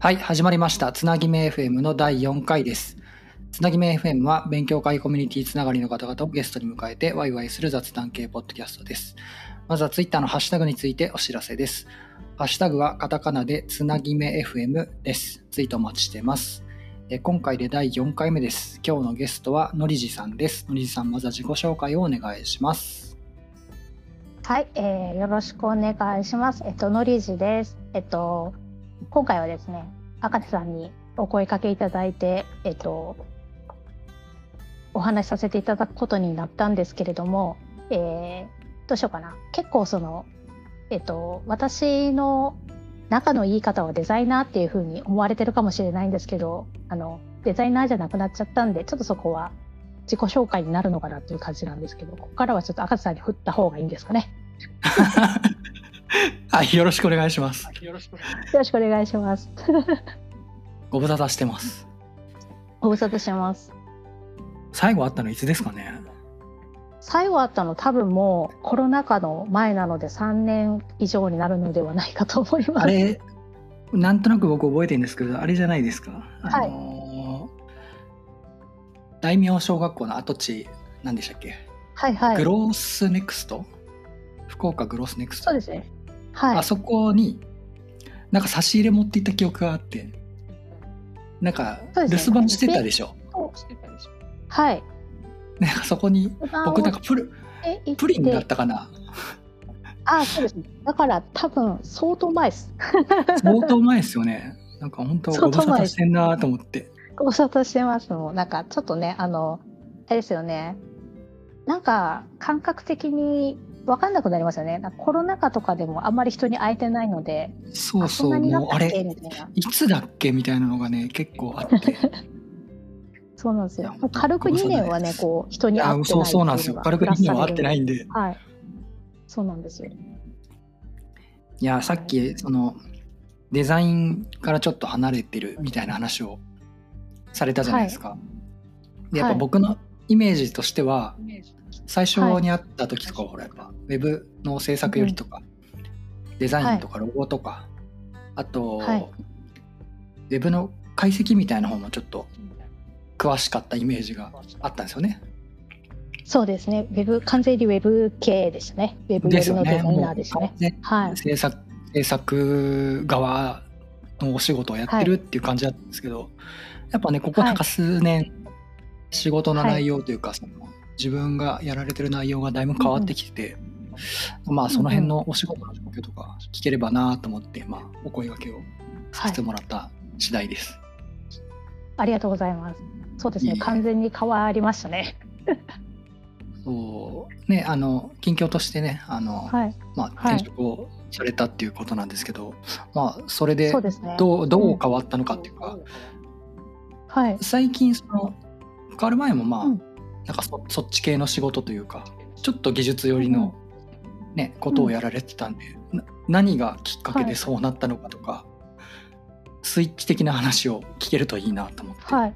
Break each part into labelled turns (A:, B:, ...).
A: はい、始まりました。つなぎめ FM の第4回です。つなぎめ FM は勉強会コミュニティつながりの方々をゲストに迎えてワイワイする雑談系ポッドキャストです。まずはツイッターのハッシュタグについてお知らせです。ハッシュタグはカタカナでつなぎめ FM です。ツイートお待ちしてます。えー今回で第4回目です。今日のゲストはのりじさんです。のりじさん、まずは自己紹介をお願いします。
B: はい、えー、よろしくお願いします。えっと、のりじです。えっと、今回はですね、赤瀬さんにお声かけいただいて、えっと。お話しさせていただくことになったんですけれども、えー、どうしようかな。結構その、えっと、私の仲のいい方はデザイナーっていう風に思われてるかもしれないんですけど、あの、デザイナーじゃなくなっちゃったんで、ちょっとそこは自己紹介になるのかなという感じなんですけど、ここからはちょっと赤瀬さんに振った方がいいんですかね。
A: はい、よろしくお願いします。
B: よろしくお願いします。
A: ご無沙汰してます。
B: ご無沙汰してます。
A: 最後会ったのいつですかね
B: 最後あったの多分もうコロナ禍の前なので3年以上になるのではないかと思います。
A: あれ、なんとなく僕覚えてるんですけど、あれじゃないですか。あのー大名小学校の跡地、なんでしたっけ、
B: はいは
A: グ
B: い。
A: ロースネクスト福岡グロースネクスト
B: そうですね。は
A: あ
B: い。
A: そこに、なんか差し入れ持っていった記憶があって、なんか
B: そうです
A: 留
B: ね
A: 守番してたでしょ。
B: はい。
A: なんかそこに、僕なんかプル
B: え
A: プリンだっ。たか な。
B: あ、そうですね。だから多分相当前です。
A: 相当前ですよね。なんか本当ご無沙
B: 相当前
A: 汰
B: で
A: し
B: す
A: てんなと思って。
B: ご無沙汰してますもうなんかちょっとねあのあれですよねなんか感覚的に分かんなくなりますよねなんかコロナ禍とかでもあんまり人に会えてないので
A: そう
B: あ
A: そ
B: ん
A: う、
B: なにな
A: もう
B: った
A: あ
B: っけ
A: れ、
B: みたいない
A: つだっけみたいなのがね、結構あって。
B: そうなんですよ
A: いや
B: もう軽く
A: ご無沙汰
B: 2
A: です
B: 年はねこう人
A: い
B: に
A: や
B: 会ってないってい
A: そうそうなんです
B: の
A: よ
B: が
A: 軽く2年は会ってないいんで
B: はいそうなんですよ
A: いやさっきそのデザインからちょっと離れてるみたいな話をされたじゃないですか、でやっぱ
B: はい
A: 僕のイメージとしては最初
B: はい
A: に会った時とかほらやっぱウェブの制作よりとか、デザインとかロゴとか、あと、
B: はい
A: ウェブの解析みたいな方もちょっと詳しかったイメージがあったんですよね。
B: そうですねウェブ完全にウェブ系でしたねウェブウ
A: で
B: ェ
A: す
B: ブ
A: よ
B: のデ
A: ね。
B: ザイナーでした
A: もう
B: ね
A: 完全
B: はい
A: 制作制作側のお仕事をやってるっていう感じなんですけど、やっぱねここなんか数年仕事の内容というか、その自分がやられてる内容がだいぶ変わってきてて、まあその辺のお仕事の状況とか聞ければなと思って、まあ、お声掛けをさ
B: は
A: せ
B: い
A: てもらった次第です。
B: ありがとうございますそうです
A: いえ
B: ね
A: いえ
B: 完全に変わりましたね
A: そうねあの近況としてねあの、
B: はい
A: まあ、
B: はい
A: 転職をされたっていうことなんですけど、まあそれで
B: そうですね
A: どうどう変わったのかっていうか、
B: はい
A: 最近その変わる前もまあ、
B: うん
A: なんかそそっち系の仕事というかちょっと技術寄りの、ねことをやられてたんで、な何がきっかけ
B: は
A: で
B: い
A: そうなったのかとか、スイッチ的な話を聞けるといいなと思って、
B: はい。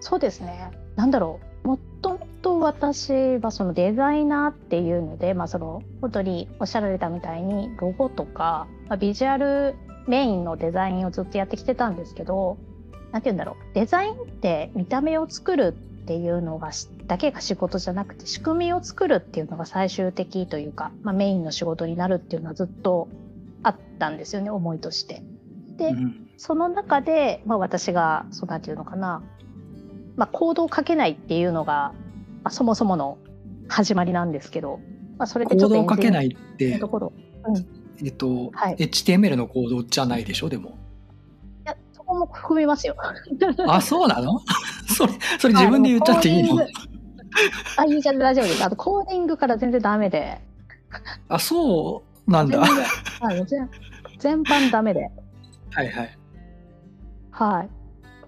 B: そうですね。なんだろう。もともと私はそのデザイナーっていうので、まあその本当におっしゃられたみたいにロゴとか、まあ、ビジュアルメインのデザインをずっとやってきてたんですけど、なんて言うんだろう。デザインって見た目を作るっていうのがしだけが仕事じゃなくて仕組みを作るっていうのが最終的というか、まあ、メインの仕事になるっていうのはずっとあったんですよね思いとして。で、
A: うん
B: その中で、まあ、私がそうなんていうのかな、まあ、行動をかけないっていうのが、まあ、そもそもの始まりなんですけど、まあ、それで
A: 行
B: ちょっと
A: 動をかけないいって
B: ところ
A: えっと、
B: はい
A: HTML の行動じゃないでしょでも
B: いやそこも含みますよ。
A: あそうなの それそれ自分で言っちゃっていいの
B: あのコーディングあいいじゃん大丈夫です。あとコーディングから全然ダメで
A: あそうなん
B: 全
A: だ
B: 然
A: は
B: はい全全般ダメで
A: い はい
B: はい。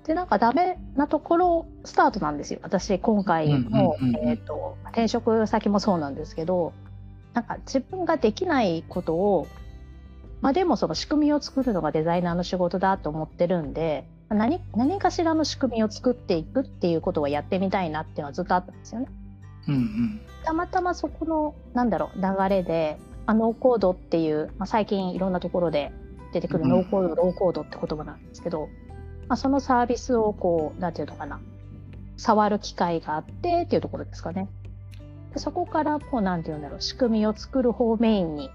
B: でなんかダメなところスタートなんですよ。私今回の、
A: うんうんうんうん
B: えっ、と転職先もそうなんですけど、なんか自分ができないことを、まあでもその仕組みを作るのがデザイナーの仕事だと思ってるんで、何何かしらの仕組みを作っていくっていうことはやってみたいなっていうのはずっとあったんですよね。
A: うんうん
B: たまたまそこのなんだろう流れで、まあ、ノーコードっていう、まあ、最近いろんなところで出てくる
A: うん
B: ノーコード、ローコードって言葉なんですけど、まあ、そのサービスをこう、なんていうのかな、触る機会があってっていうところですかね。でそこから、こう、なんていうんだろう、仕組みを作る方メインに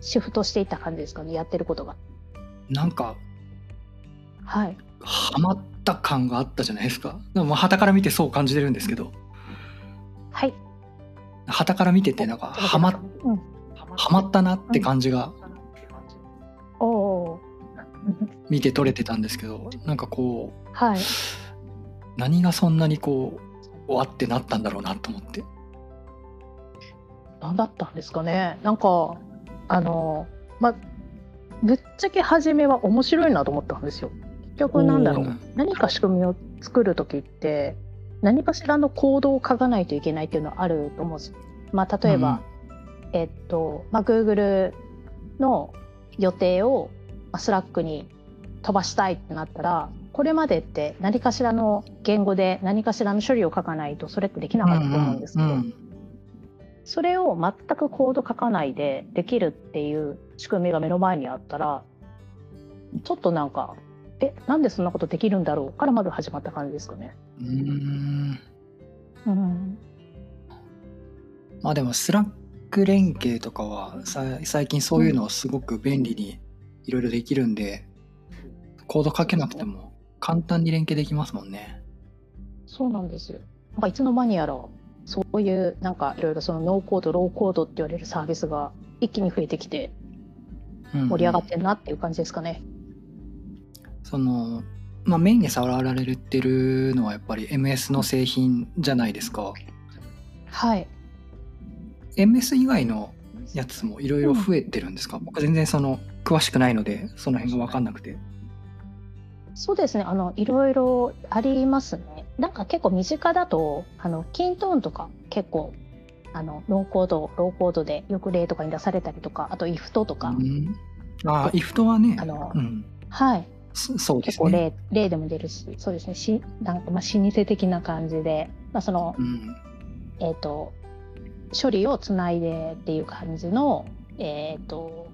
B: シフトしていった感じですかね、やってることが。
A: なんか
B: はい。
A: ハマった感があったじゃないですかでもまあ旗から見てそう感じてるんですけど
B: はい。
A: 旗から見ててなんかハマ
B: うん。
A: ハマったなって感じが
B: おおー。
A: 見て取れてたんですけどなんかこう
B: はい。
A: 何がそんなにこうわってなったんだろうなと思って
B: 何だったんですかねなんかあのまぶっちゃけ初めは面白いなと思ったんですよ結局なんだろ
A: おー
B: う何か仕組みを作る時って何かしらの行動を書かないといけないっていうのはあると思うんですよ、まあ、例えば、えっと、まあ、Google の予定を、まあ、Slack に飛ばしたいってなったらこれまでって何かしらの言語で何かしらの処理を書かないとそれってできなかったと思うんですけど、それを全くコード書かないでできるっていう仕組みが目の前にあったらちょっとなんかえなんでそんなことできるんだろうからまず始まった感じですかね。
A: うんうんうん
B: うん、
A: まあでもスラック連携とかはさ最近そういうのをすごく便利にいろいろできるんで、コード書けなくても簡単に連携できますもんね。
B: そうなんですよなんかいつの間にやらそういうなんかいろいろそのノーコードローコードって言われるサービスが一気に増えてきて
A: うん
B: 盛り上がってんなっていう感じですかね。
A: その、まあ、メインで触られてるのはやっぱり MS の製品じゃないですか。
B: はい、
A: MS 以外のやつもいろいろ増えてるんですか、僕全然その詳しくないのでその辺が分かんなくて。
B: そうですね。あのいろいろありますね。なんか結構身近だとあのキントーンとか結構あのノーコードローコードでよく例とかに出されたりとか、あとイフトとか、
A: うん、ああ、イフトはね
B: あ、の、
A: うん、
B: はい
A: そそうで
B: 結
A: す
B: 構例
A: ね。
B: 例でも出るし、そうですね。しなんかまあ老舗的な感じで、まあその
A: うん
B: えっ、と処理をつないでっていう感じのえっ、と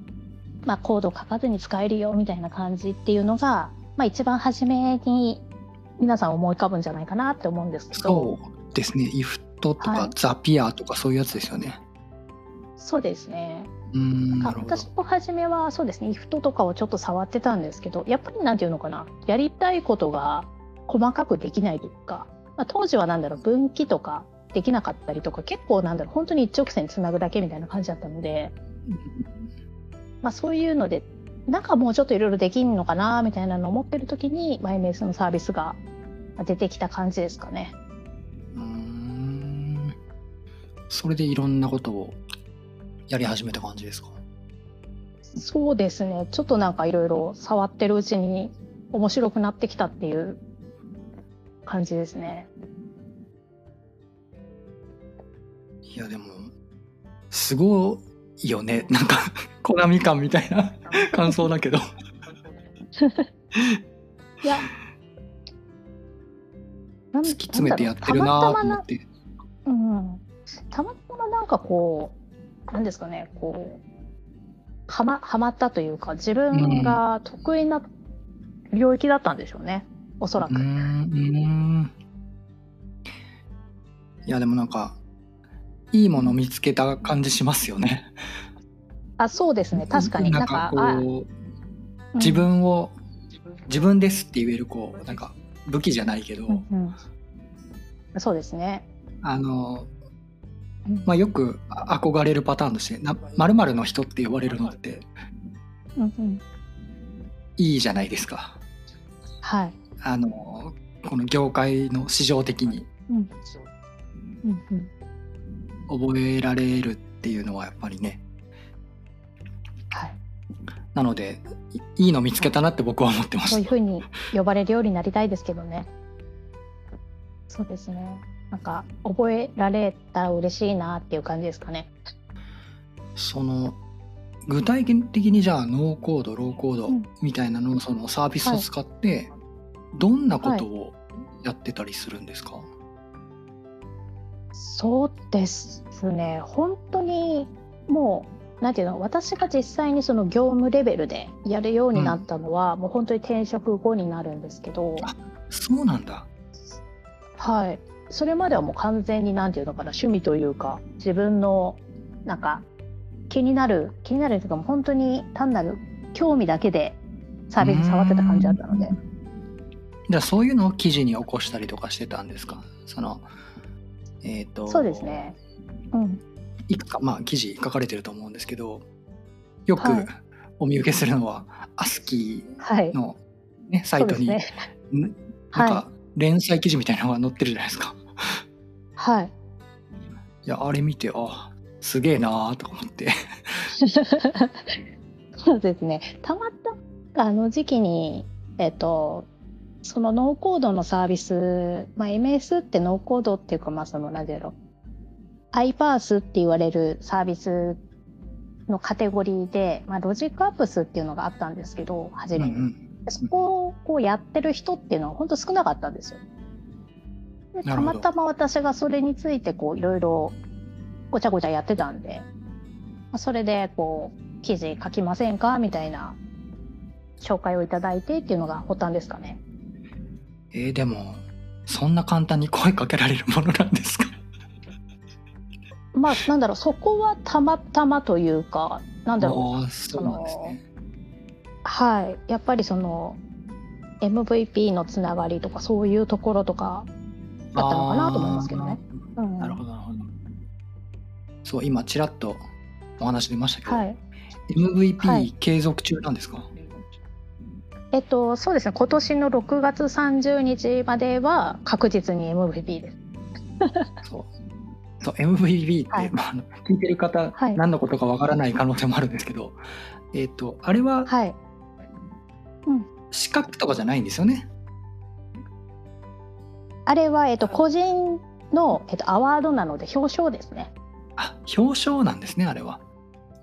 B: まあコードを書かずに使えるよみたいな感じっていうのが、まあ一番初めに皆さん思い浮かぶんじゃないかなって思うんですけ
A: そ
B: ど、
A: うですね、イフトと
B: は
A: か
B: い
A: ザピアとかそういうやつですよね。
B: そうですね。
A: うーん、なるほど。
B: 私も初めはそうですね、イフトとかをちょっと触ってたんですけど、やっぱりなんていうのかな、やりたいことが細かくできないというか、まあ、当時はなんだろう、分岐とかできなかったりとか、結構なんだろう、本当に一直線つなぐだけみたいな感じだったので、まあ、そういうので、なんかもうちょっといろいろできんのかなみたいなのを思ってる時に、マイメイスのサービスが出てきた感じですかね。
A: うーんそれでいろんなことをやり始めた感じですか。
B: そうですね。ちょっとなんかいろいろ触ってるうちに面白くなってきたっていう感じですね。
A: いや、でも、すごいよね。なんか、 コナミ感みたい な感想だけど。
B: いや、なん
A: 突き詰めてやってるな
B: な
A: と
B: んだろうたまた
A: 思
B: ま
A: っ
B: な、
A: て。
B: うん、たまたまなんかこう、なんですかね、こう、はま、はまったというか、自分が得意な領域だったんでしょうね。おそら
A: うー
B: く。
A: んうーん。いや、でもなんか、いいもの見つけた感じしますよね。
B: あ、そうですね。確かに。
A: な
B: なんん
A: か
B: か、あ
A: こう、
B: うん
A: 自分を、自分ですって言える、こう、なんか、武器じゃないけど、
B: うんうん、そうですね。
A: あの、
B: うん
A: まあ、よくあ憧れるパターンとしてな「〇〇の人」って呼ばれるのって
B: うんうん、
A: いいじゃないですか
B: はい。
A: あのこの業界の市場的に
B: うんうんうん
A: 覚えられるっていうのはやっぱりね
B: はい、
A: なのでいいいの見つけたなって僕は思ってま
B: そういう
A: し
B: ふうに呼ばれるようになりたいですけどね。そうですね。なんか覚えられたら嬉しいなっていう感じですかね。
A: その具体的にじゃあノーコードローコード
B: うん
A: みたいなのをそのサービスを使ってどんなことをやってたりするんですか、
B: そうですね。本当にもうなんていうの私が実際にその業務レベルでやるようになったのは、もう本当に転職後になるんですけど、
A: あそうなんだ。
B: はい、それまではもう完全になんていうのかな趣味というか自分のなんか気になる気になるというかもう本当に単なる興味だけでサービスに触ってた感じだったので
A: じゃあそういうのを記事に起こしたりとかしてたんですかその、えっ、と、
B: そうです。ね、うん、
A: いくつか、まあ、記事書かれてると思うんですけど、よく
B: はい
A: お見受けするのは、アスキ
B: はい
A: ーの、ね、サ
B: そ
A: イ
B: う
A: ト
B: です
A: に、
B: ね
A: ん
B: は
A: なん
B: い
A: か連載記事みたいなのが載ってるじゃないですか。
B: はい
A: いや、あれ見て、あ、すげえなーとか思って。
B: そうですねたまたあの時期にえっとそのノーコードのサービス、まあ、MS ってノーコードっていうかまあその何ていうの iPaaS って言われるサービスのカテゴリーで、まあ、ロジックアップスっていうのがあったんですけど初
A: うんう
B: めに、
A: ん。
B: そこをこうやってる人っていうのは本当少なかったんですよ。で
A: な
B: た
A: るほ
B: ま
A: ど
B: たま私がそれについてこういろいろごちゃごちゃやってたんで、まあそれでこう記事書きませんかみたいな紹介をいただいてっていうのが発端ですかね。
A: えーでも、そんな簡単に声かけられるものなんですか
B: まあなんだろうそこはたまたまというかなんだろう
A: ああ、そうなんですね。
B: はい、やっぱりその MVP のつながりとかそういうところとかだったのかなと思いますけどね。うん
A: あーなるほど、なるほど。そう、今、ちらっとお話出ましたけど、
B: はい、は
A: MVP
B: い
A: 継続中なんですか、
B: えっとそうですね今年の6月30日までは確実に MVP です。
A: そう。そう、MVP って、
B: はい
A: まああの、聞いてる方、
B: はい
A: 何のことかわからない可能性もあるんですけど、えっ、と、あれは
B: はい、
A: 資格とかじゃないんですよね。
B: あれはえっと個人のえっとアワードなので表彰ですね。
A: あ、表彰なんですね、あれは。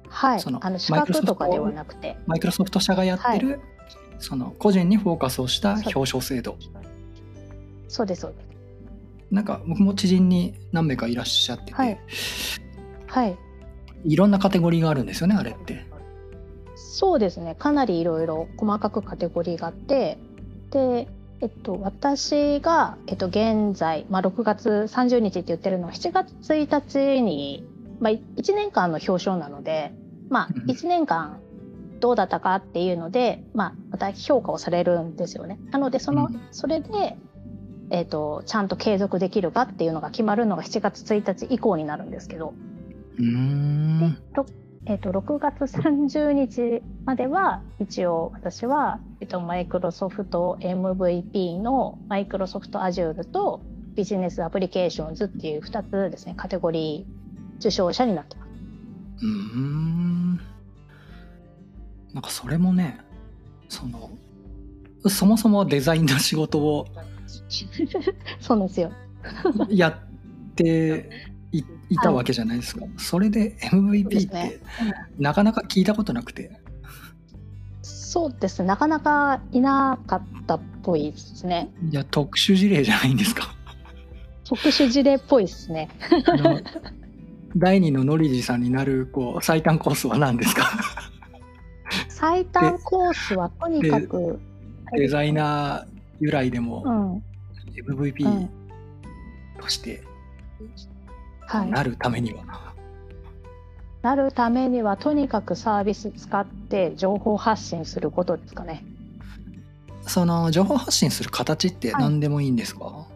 B: はい
A: その、
B: あの資
A: マイクロソ
B: 格
A: フト
B: とかではなくて、
A: マイクロソフト社がやってる、その個人にフォーカスをした
B: そう
A: 表彰制度
B: そうですそうです。
A: なんか僕も知人に何名かいらっしゃってて、
B: はい
A: い、
B: はい、
A: ろんなカテゴリーがあるんですよねあれって
B: そうですねかなりいろいろ細かくカテゴリーがあってで、えっと、私が、えっと、現在、まあ、6月30日って言ってるのは7月1日に、まあ、1年間の表彰なので、まあ
A: う、ん
B: 1年間どうだったかっていうので、まあ、また評価をされるんですよね。なのでその、
A: うん
B: それで、えっと、ちゃんと継続できるかっていうのが決まるのが7月1日以降になるんですけど。
A: うーん
B: えっと6月30日までは一応私は、えっとマイクロソフト MVP のマイクロソフト Azure とビジネスアプリケーションズっていう2つですねカテゴリー受賞者になってます。
A: うーんなんかそれもねそのそもそもデザインの仕事を
B: そうなんですよ。
A: やっていいたわけじゃないですか、それで
B: そうです
A: MVP っ
B: ね
A: てなかなか聞いたことなくて
B: そうですねなかなかいなかったっぽいですね。
A: いや特殊事例じゃないんですか
B: 特殊事例っぽいですね。
A: あ の第二のノリジさんになるこう最短コースは何ですか
B: 最短コースはとにかく
A: デザイナー由来で
B: う
A: も
B: んは
A: MVP として
B: い。
A: なるためには、
B: なるためにはとにかくサービス使って情報発信することですかね。
A: その情報発信する形って何でもいいんですか、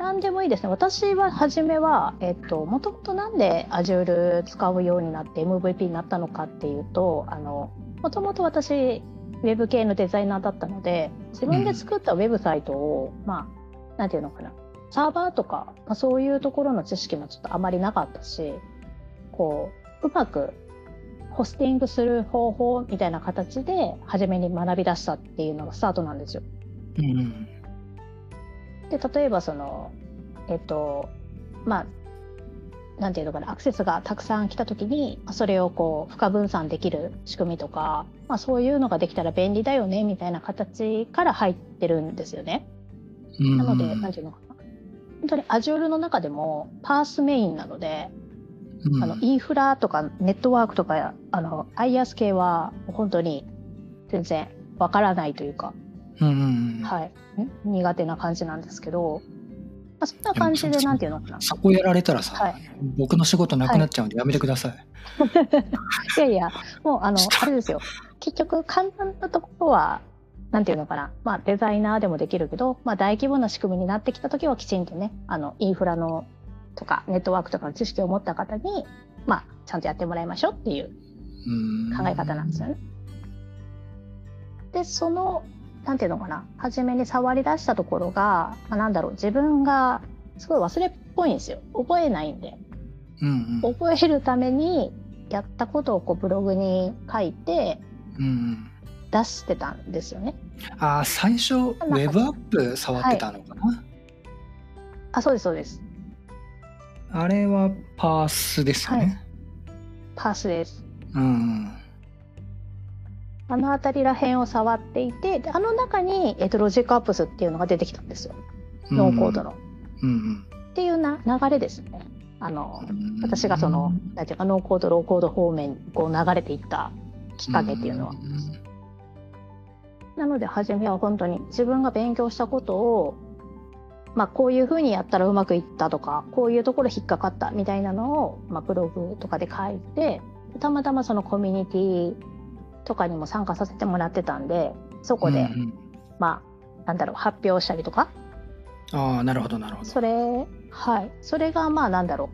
B: 何でもいいですね。私は初めはえっともともとなんで Azure 使うようになって MVP になったのかっていうと、あのもともと私ウェブ系のデザイナーだったので、自分で作ったウェブサイトを、まあなんていうのかな、サーバーとか、まあ、そういうところの知識もちょっとあまりなかったし、こううまくホスティングする方法みたいな形で初めに学び出したっていうのがスタートなんですよ。
A: うん
B: で例えばそのえっとまあなんていうのかなアクセスがたくさん来た時にまあそれをこう負荷分散できる仕組みとか、まあ、そういうのができたら便利だよねみたいな形から入ってるんですよね。
A: うん
B: なので、なんていうのかな本当に Azure の中でもパースメインなので
A: うん
B: あのインフラとかネットワークとかあの IaaS 系は本当に全然わからないというか、
A: うんうんうん
B: はい、ん苦手な感じなんですけど、まあ、そんな感じ
A: で
B: で
A: も
B: なんていうのかな
A: そこやられたらさ、
B: はい
A: 僕の仕事なくなっちゃうんでやめてください。
B: いやいやもうあのあれですよ結局簡単なところはなんていうのかな、まあ、デザイナーでもできるけど、まあ、大規模な仕組みになってきた時はきちんとねあのインフラのとかネットワークとかの知識を持った方に、まあ、ちゃんとやってもらいましょうっていう
A: うん
B: 考え方なんですよね。でそのなんていうのかな初めに触り出したところが、まあ、なんだろう自分がすごい忘れっぽいんですよ覚えないんで
A: うんうん
B: 覚えるためにやったことをこうブログに書いて
A: うんうん
B: 出してたんですよね。
A: あー最初ウェブアップ触ってたのかな、
B: あそうですそうです
A: あれはパースですよね。
B: パースです。
A: うん
B: あの辺りらへんを触っていてであの中に、えっと、ロジックアップスっていうのが出てきたんですよ
A: うん
B: ノーコードの。
A: うん
B: っていうな流れですね。あの
A: うん
B: 私がそのなんていうかノーコードローコード方面にこう流れていったきっかけっていうのは。
A: ん
B: なので初めは本当に自分が勉強したことを、まあ、こういうふうにやったらうまくいったとかこういうところ引っかかったみたいなのを、まあ、ブログとかで書いてたまたまそのコミュニティとかにも参加させてもらってたんでそこで、
A: うんうん
B: まあなんだろう発表したりとか
A: ああなるほどなるほど。
B: それはいそれがまあなんだろ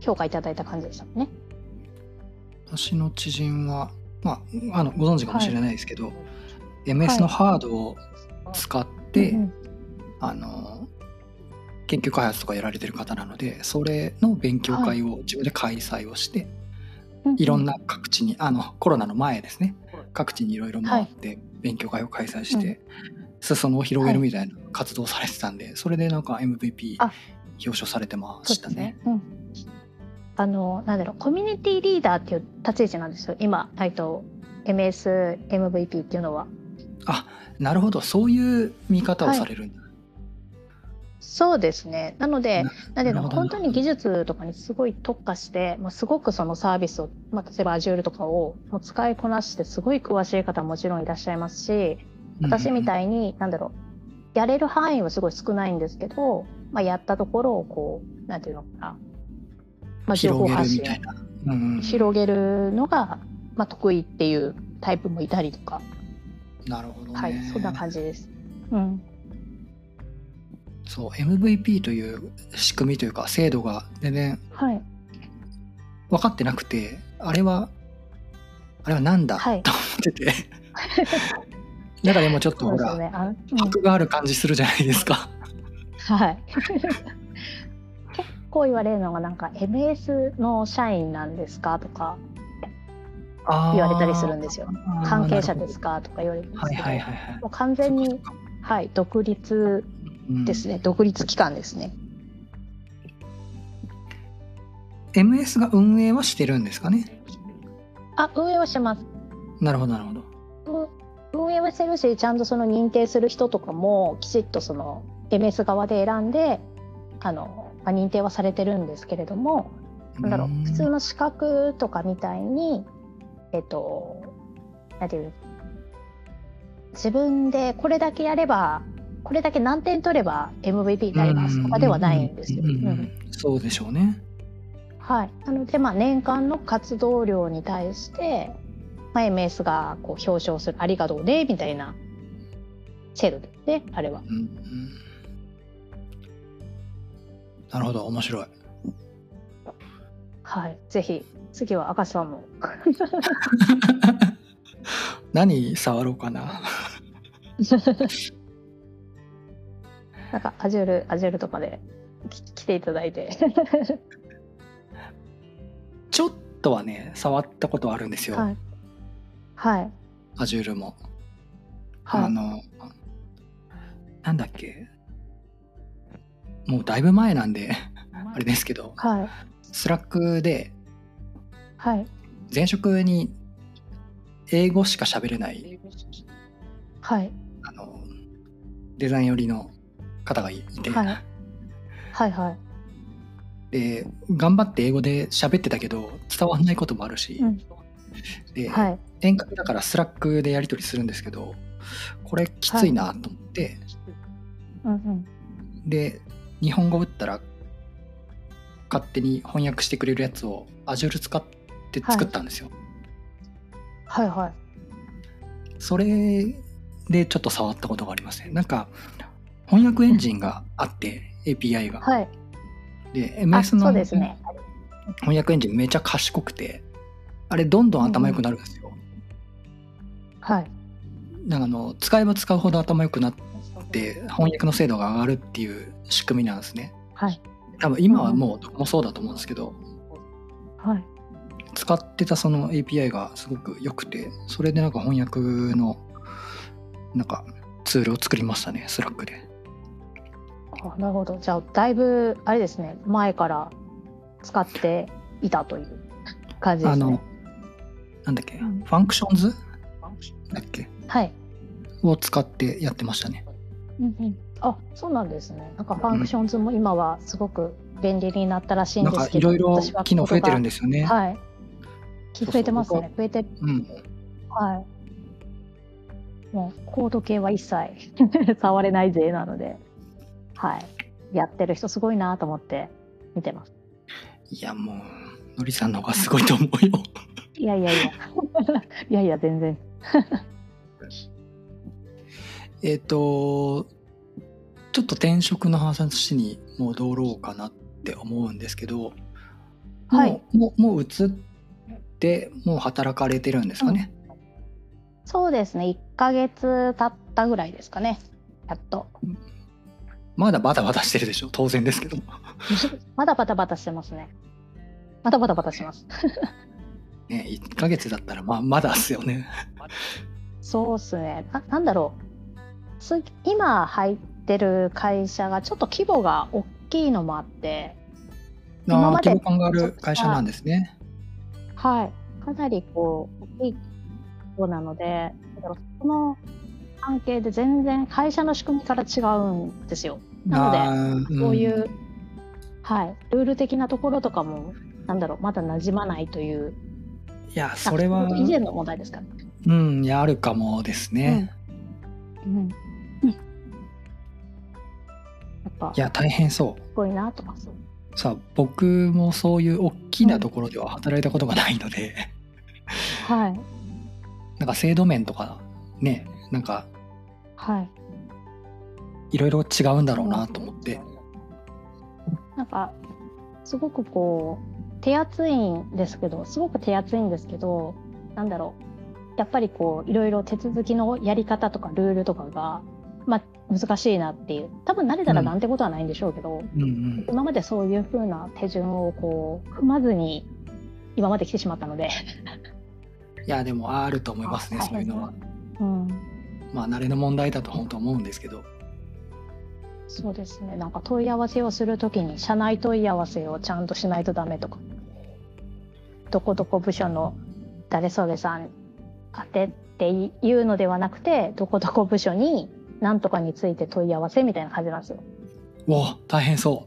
B: う評価いただいた感じでしたね。
A: 私の知人は、まあ、あのご存知かもしれないですけど、MS のハードを使って、
B: うん
A: あの研究開発とかやられてる方なのでそれの勉強会を自分で開催をして、
B: うん
A: いろんな各地にあのコロナの前ですね各地にいろいろ回って勉強会を開催して、裾野を広げるみたいな活動をされてたんで、それでなんか MVP
B: あ
A: 表彰されてま
B: そう
A: し
B: で
A: た
B: す
A: ね。。
B: うん、あのなんだろうコミュニティリーダーっていう立ち位置なんですよ。今えっと MS MVP っていうのは。
A: なるほどそういう見方をされるんだ。
B: そうですね。なので、なんていう
A: なる
B: の
A: ほど
B: 本当に技術とかにすごい特化して、もうすごくそのサービスを、まあ、例えば Azure とかをもう使いこなして、すごい詳しい方ももちろんいらっしゃいますし、私み
A: い
B: たいに、なんだろう、やれる範囲はすごい少ないんですけど、まあ、やったところをこう、なんていうのかな、まあ、情報
A: 広げるみ
B: 発信を
A: たいな。うんうん
B: 広げるのが、まあ、得意っていうタイプもいたりとか、
A: なるほどね。
B: はい、そんな感じです。うん、
A: そう MVP という仕組みというか制度が全然
B: はい、
A: 分かってなくてあれはあれはなんだ、
B: はい
A: と思って てなんかでもちょっと
B: そう
A: ほ
B: です
A: ら、
B: よね。あ、うん、
A: 箔がある感じするじゃないですか。
B: はい。 結構言われるのがなんか MS の社員なんですかとか言われたりするんですよ。
A: あー
B: 関係者で
A: な
B: すかとか言われるんで
A: る
B: す
A: ほど
B: け
A: はい
B: ど、
A: はいはいはい
B: もう完全
A: そ
B: に
A: っかそっか
B: はい独立
A: うん
B: ですね、独立機関ですね。
A: MS が運営はしてるんですかね
B: あ、運営はしてます。
A: なるほどなるほど
B: う運営はしてるしちゃんとその認定する人とかもきちっとその MS 側で選んであの、まあ、認定はされてるんですけれどもなんだろう普通の資格とかみたいにえっとなんていうの自分でこれだけやればこれだけ何点取れば MVP になりますとかではないんですよ。
A: うんうんうん
B: う
A: うんんそうでしょうね
B: はい、なので、まあ、年間の活動量に対して、まあ、MS がこう表彰する「ありがとうね」みたいな制度ですねあれは。
A: うんうんなるほど面白い
B: はい、ぜひ次は赤さんも
A: 何触ろうかな
B: なんか Azure, Azure とかでき来ていただいて
A: ちょっとはね触ったことあるんですよ、
B: はいはい
A: アジュールも、あ
B: はい
A: のなんだっけもうだいぶ前なんであれですけど
B: はい
A: スラックで
B: はい
A: 前職に英語しか喋れない
B: はい
A: あのデザイン寄りの方がいいて、
B: はいはいはい
A: で頑張って英語で喋ってたけど伝わんないこともあるし、
B: うん
A: で、
B: はい。
A: 遠隔だからスラックでやり取りするんですけどこれきついなと思って、
B: うんうん。
A: で日本語打ったら勝手に翻訳してくれるやつを Azure 使って作ったんですよ、
B: はいはい。
A: それでちょっと触ったことがありますねなんか翻訳エンジンがあって API が、
B: はい。
A: で
B: あ、
A: MS
B: そ
A: の
B: うですね。
A: 翻訳エンジンめちゃ賢くてあれどんどん頭良くなるんですよ、
B: はい。
A: なんかあの使えば使うほど頭良くなって翻訳の精度が上がるっていう仕組みなんですね
B: はい。
A: 多分今はもうどこもそうだと思うんですけど、
B: はい。
A: 使ってたその API がすごく良くてそれでなんか翻訳のなんかツールを作りましたねスラックで
B: あなるほど。じゃあ、だいぶ、あれですね、前から使っていたという感じで
A: あ
B: す
A: の
B: ね。
A: なんだっけ、
B: うん
A: ファンクションズだっけ
B: はい。
A: を使ってやってましたね
B: うんうん、あ、そうなんですね。なんか、ファンクションズも今はすごく便利になったらしいん
A: な
B: で
A: んか
B: すけ
A: い
B: ど、
A: ろいろ機能増えてるん
B: で
A: ですよね、
B: はい。き
A: そう
B: 増えてますね。増えてる。
A: うん
B: はい。もう、コード系は一切 触れない勢なので、はい。やってる人すごいなと思って見てます。
A: いやもうのりさんの方がすごいと思うよ
B: いやいやい や。いやいや、全然。
A: えっとちょっと転職の話に戻ろうかなって思うんですけど
B: はい。
A: もうもうもう移ってもう働かれてるんですかね、
B: そうですね。1ヶ月経ったぐらいですかね。やっと。
A: まだバタバタしてるでしょ当然ですけども、
B: まだバタバタしてますね。まだバタバタしてます。
A: ね、1ヶ月だったらまあまだっすよね
B: そうっすね。ななんだろう。つ今入ってる会社がちょっと規模が大きいのもあって、今
A: あ
B: ま
A: あ
B: で
A: 規模感がある会社なんですね
B: はい。かなりこう、大きい方なので、なんだろうその関係で全然会社の仕組みから違うんですよ。なので
A: あーん
B: そういう、はい、ルール的なところとかも、なんだろう、まだ馴染まないという、
A: いやそれは
B: なんか以前の問題ですかね。
A: うんいやあるかもですね、
B: うん。やっぱ、
A: いや大変そ
B: すごいなとか、そう
A: うさあ僕もそういう大きなところでは働いたことがないので、
B: はい、
A: なんか制度面とかねなんか
B: はい。
A: いろいろ違うんだろうなと思って、
B: なんか、すごくこう、手厚いんですけど、すごく手厚いんですけど、なんだろう、やっぱりこう、いろいろ手続きのやり方とかルールとかが、まあ、難しいなっていう、多分慣れたらなんてことはないんでしょうけど、
A: うんうん、
B: 今までそういう風な手順をこう踏まずに今まで来てしまったので、
A: いやでもあると思いますね
B: あ
A: そういうのは
B: うん、
A: まあ慣れの問題だと本当思うんですけど
B: そうですねなんか問い合わせをするときに社内問い合わせをちゃんとしないとダメとかどこどこ部署の誰それさん宛てっていうのではなくてどこどこ部署に何とかについて問い合わせみたいな感じなんですよ。
A: うわ大変そ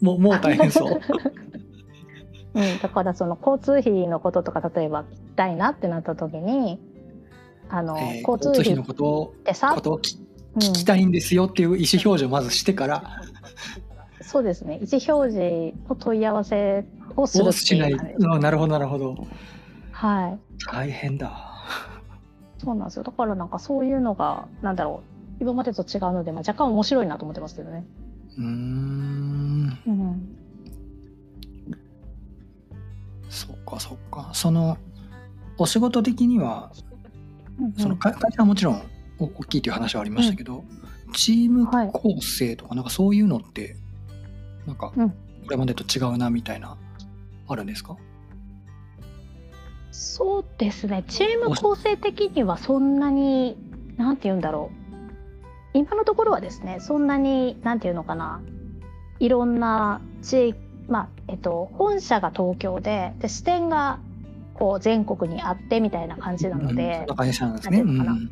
A: うもう もう大変そう
B: うん、だからその交通費のこととか例えば聞きたいなってなったときに あの、
A: えー交
B: 交通
A: 通
B: 費
A: 費
B: っ
A: のことを
B: てさ
A: ことを聞
B: うん
A: 聞きたいんですよっていう意思表示をまずしてから、
B: そうですね。意思表示の問い合わせをする
A: を
B: って
A: しないい、
B: う感じです。
A: うんなるほどなるほど
B: はい。
A: 大変だ
B: そうなんですよ。だからなんかそういうのが、なんだろう。今までと違うので、まあ、若干面白いなと思ってますけどね。
A: うーん
B: うん。
A: そっかそっかそのお仕事的には
B: うんうん
A: その会会社はもちろんお大きいという話はありましたけど、チーム
B: はい
A: 構成とかなんかそういうのってなんか
B: うん
A: これまでと違うなみたいなあるんですか、
B: そうですね。チーム構成的にはそんなに、なんて言うんだろう。今のところはですね、そんなに、なんていうのかな。いろんな地域、まあ、えっと、本社が東京で、で、支店が、こう、全国にあってみたいな感じなの
A: うんそ
B: で
A: んな、会社なんですね
B: なんていうのかな
A: うん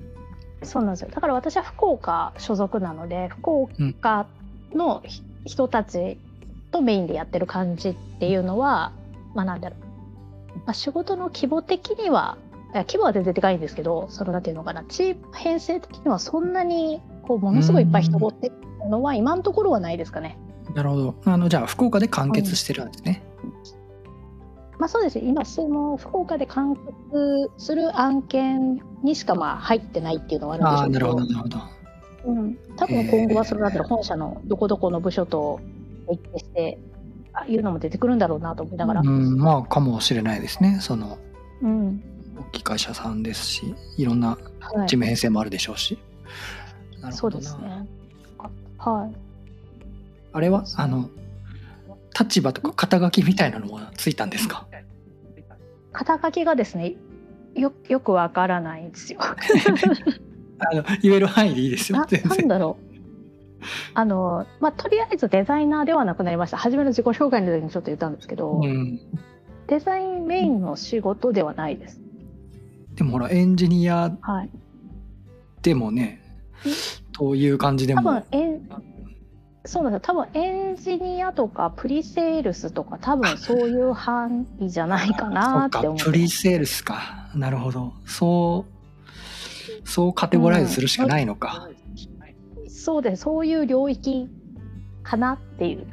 B: そうなんですよ。だから私は福岡所属なので、福岡のひ人たちとメインでやってる感じっていうのは、まあ、なんだろう、まあ、仕事の規模的にはえ規模は全然でかいんですけどそのなんていうのかなチーム編成的にはそんなにこうものすごいいっぱい人がおってるのは今のところはないですかね。
A: なるほど。あのじゃあ福岡で完結してるんですね。
B: まあ、そうですね今その福岡で完結する案件にしかまあ入ってないっていうのは
A: あ
B: あ
A: あ
B: るんで
A: なる
B: しょ
A: ほ
B: うけ
A: ど
B: ど、
A: なるほど。
B: うん、多分今後はそれだったら本社のどこどこの部署と一致してあいうのも出てくるんだろうなと思いながら、
A: うんまあかもしれないですね。その
B: うん
A: 大きい会社さんですし、いろんな
B: はい
A: チーム編成もあるでしょうし。なる
B: そ
A: ほ
B: う
A: ど
B: で
A: な
B: すね。あはい
A: あれはあの立場とか肩書きみたいなのはついたんですか。
B: 肩書きがですねよよくわからないん ですよ。
A: あの言える範囲でいいですよ
B: な。
A: 全
B: なん
A: 然。
B: だろうあの、まあ、とりあえずデザイナーではなくなりました初めの自己紹介の時にちょっと言ったんですけど、
A: うん。
B: デザインメインの仕事ではないです。
A: でもほらエンジニア
B: はい、
A: でもね、という感じで
B: 多
A: も
B: 分。えんそうなんですよ多分エンジニアとかプリセールスとか多分そういう範囲じゃないかなって
A: そ
B: 思
A: う
B: っ
A: か
B: て
A: プリセールスかなるほどそうそうカテゴライズするしかないのか、
B: そうですそういう領域かなっていう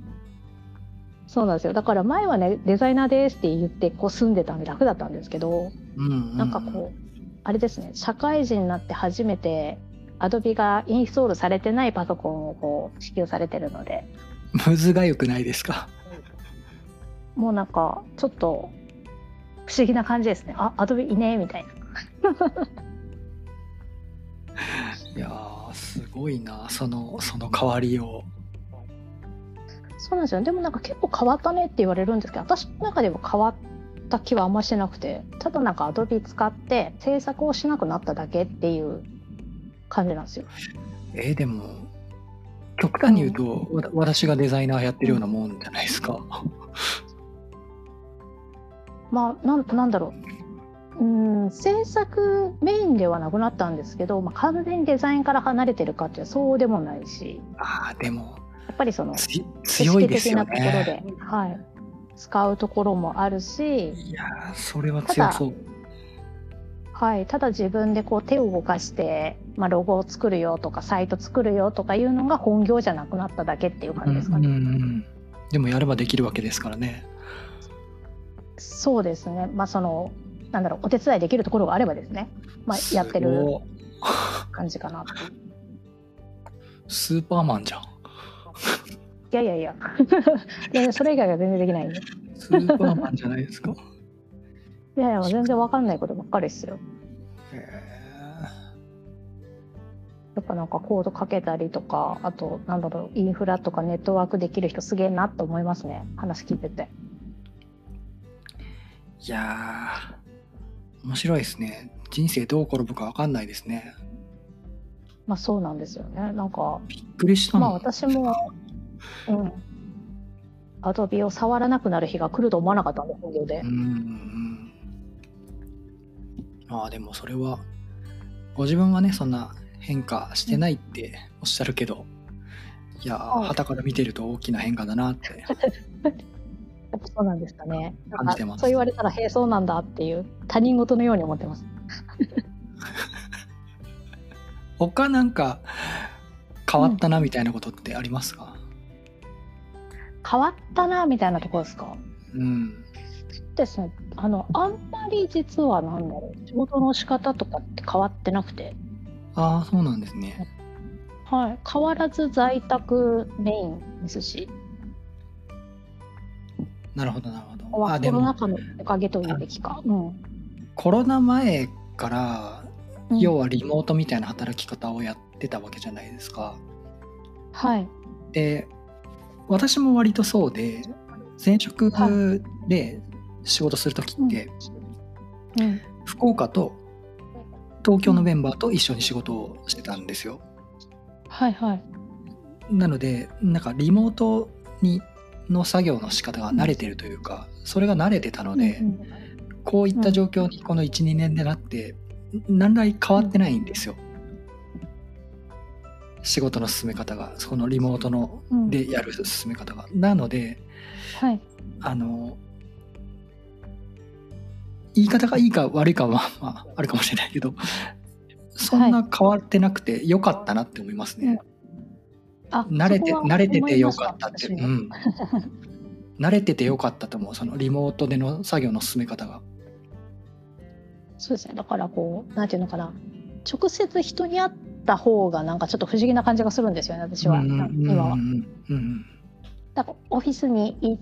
B: そうなんですよだから前はねデザイナーですって言ってこう住んでたんで楽だったんですけど
A: うんうんうん
B: なんかこうあれですね社会人になって初めて Adobe がインストールされてないパソコンをこう支給されてるので
A: むずがゆくないですか
B: もうなんかちょっと不思議な感じですねあ Adobe いねえみたいない
A: やーすごいなそのその変わりよ
B: そうなんですよでもなんか結構変わったねって言われるんですけど私の中では変わった気はあんましてなくてただなんか Adobe 使って制作をしなくなっただけっていう感じなんですよ。
A: うえーでも極端に言うと、わた私がデザイナーやってるようなもんじゃないですか、
B: まあなんなんだろううん制作メインではなくなったんですけど、まあ、完全にデザインから離れてるかっていうとそうでもないし
A: あーでも
B: やっぱりその
A: つ強いですよ
B: 意識的なと
A: ね
B: ころで、はい、使うところもあるし
A: いやーそれは強そう
B: はい、ただ自分でこう手を動かして、まあ、ロゴを作るよとかサイト作るよとかいうのが本業じゃなくなっただけっていう感じですかね。
A: うんうんうんでもやればできるわけですからね
B: そうですね、まあ、そのなんだろうお手伝いできるところがあればですね、まあ、やって
A: す
B: る
A: ごい
B: 感じかなっていう
A: スーパーマンじゃん
B: いやいやいや いやいやそれ以外が全然できないんで
A: スーパーマンじゃないです か。
B: いやいや全然わかんないことばっかりですよやっぱなんかコードかけたりとかあとなんだろうインフラとかネットワークできる人すげえなと思いますね話聞いてて
A: いやー、面白いですね。人生どう転ぶかわかんないですね。
B: まあそうなんですよねなんか
A: びっくりした
B: まあ
A: の。
B: 私も、うん、アドビを触らなくなる日が来ると思わなかったんで、本業で
A: うん。うん。まあでもそれは、ご自分はね、そんな変化してないっておっしゃるけど、いやー、
B: はい
A: はから見てると大きな変化だなって。
B: やっぱそうなんですかね。なん
A: 感じてま
B: か
A: す
B: そう言われたら、へえ、そうなんだっていう、他人事のように思ってます。
A: 他なんか変わったなみたいなことってありますか、
B: 変わったな、みたいなところですか。
A: うん、
B: ですね。あの、あんまり実は、なんだろう、仕事の仕方とかって変わってなくて、
A: ああ、そうなんですね。
B: はい、変わらず在宅メインですし、
A: なるほど、なるほど。
B: コ
A: あ
B: ロ
A: ーでも
B: ナ禍のおかげというべきか。うん
A: コロナ前から
B: うん
A: 要はリモートみたいな働き方をやってたわけじゃないですか。
B: はい。
A: で私も割とそうで前職
B: は
A: で仕事する時って
B: うん。
A: 福岡と東京のメンバーと一緒に仕事をしてたんですよ。
B: はいはい。
A: なのでなんかリモートにの作業の仕方が慣れてるというかそれが慣れてたので
B: うんうん
A: こういった状況にこの12年でなって何ら変わってないんですよ。仕事の進め方がそこのリモートの
B: うん
A: でやる進め方が、なので
B: はい。
A: あの言い方がいいか悪いかは、まあ、あるかもしれないけどそんな変わってなくて良かったなって思いますね、
B: あ、
A: 慣れて
B: そこは
A: 慣れてて良かったって、
B: 思
A: う
B: いまし
A: ん、慣れてて良かったと思うそのリモートでの作業の進め方が
B: たそうですね。だからこうなんていうのかな、直接人に会った方がなんかちょっと不思議な感じがするんですよね。私は、
A: うんうんうん
B: 今は
A: う。んうん
B: なんかオフィスに行っ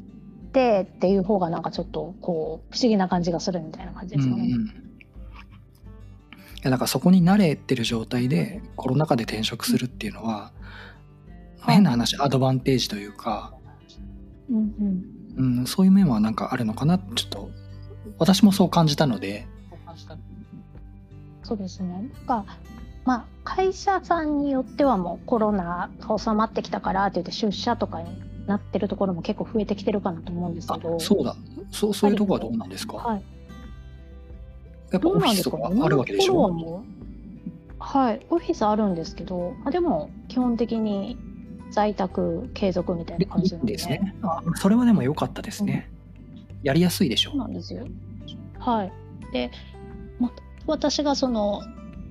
B: てっていう方がなんかちょっとこう不思議な感じがするみたいな感じ
A: うんう
B: です
A: ん
B: かね。
A: いやだからそこに慣れてる状態でコロナ禍で転職するっていうのは、
B: はい
A: 変な話アドバンテージというか、
B: うんうん。
A: うん、そういう面はなんかあるのかなちょっと私もそう感じたので、
B: そうですね。なんかまあ会社さんによってはもうコロナが収まってきたからって言って出社とかになってるところも結構増えてきてるかなと思うんです
A: あ
B: けど。
A: そうだそうそういうとこはどうなんですか、
B: はい。
A: やっぱ
B: ど
A: オ
B: う
A: フ
B: な
A: ィ
B: んで
A: ス
B: す
A: と
B: か
A: か
B: ね。
A: あるわけでしょ
B: 今のところはもうはい、オフィスあるんですけど、まあでも基本的に在宅継続みたいな感じなんで。
A: ですねあそれはでも良かったですね、やりやすいでしょ
B: そうなんですよ。はい。で、ま、私がその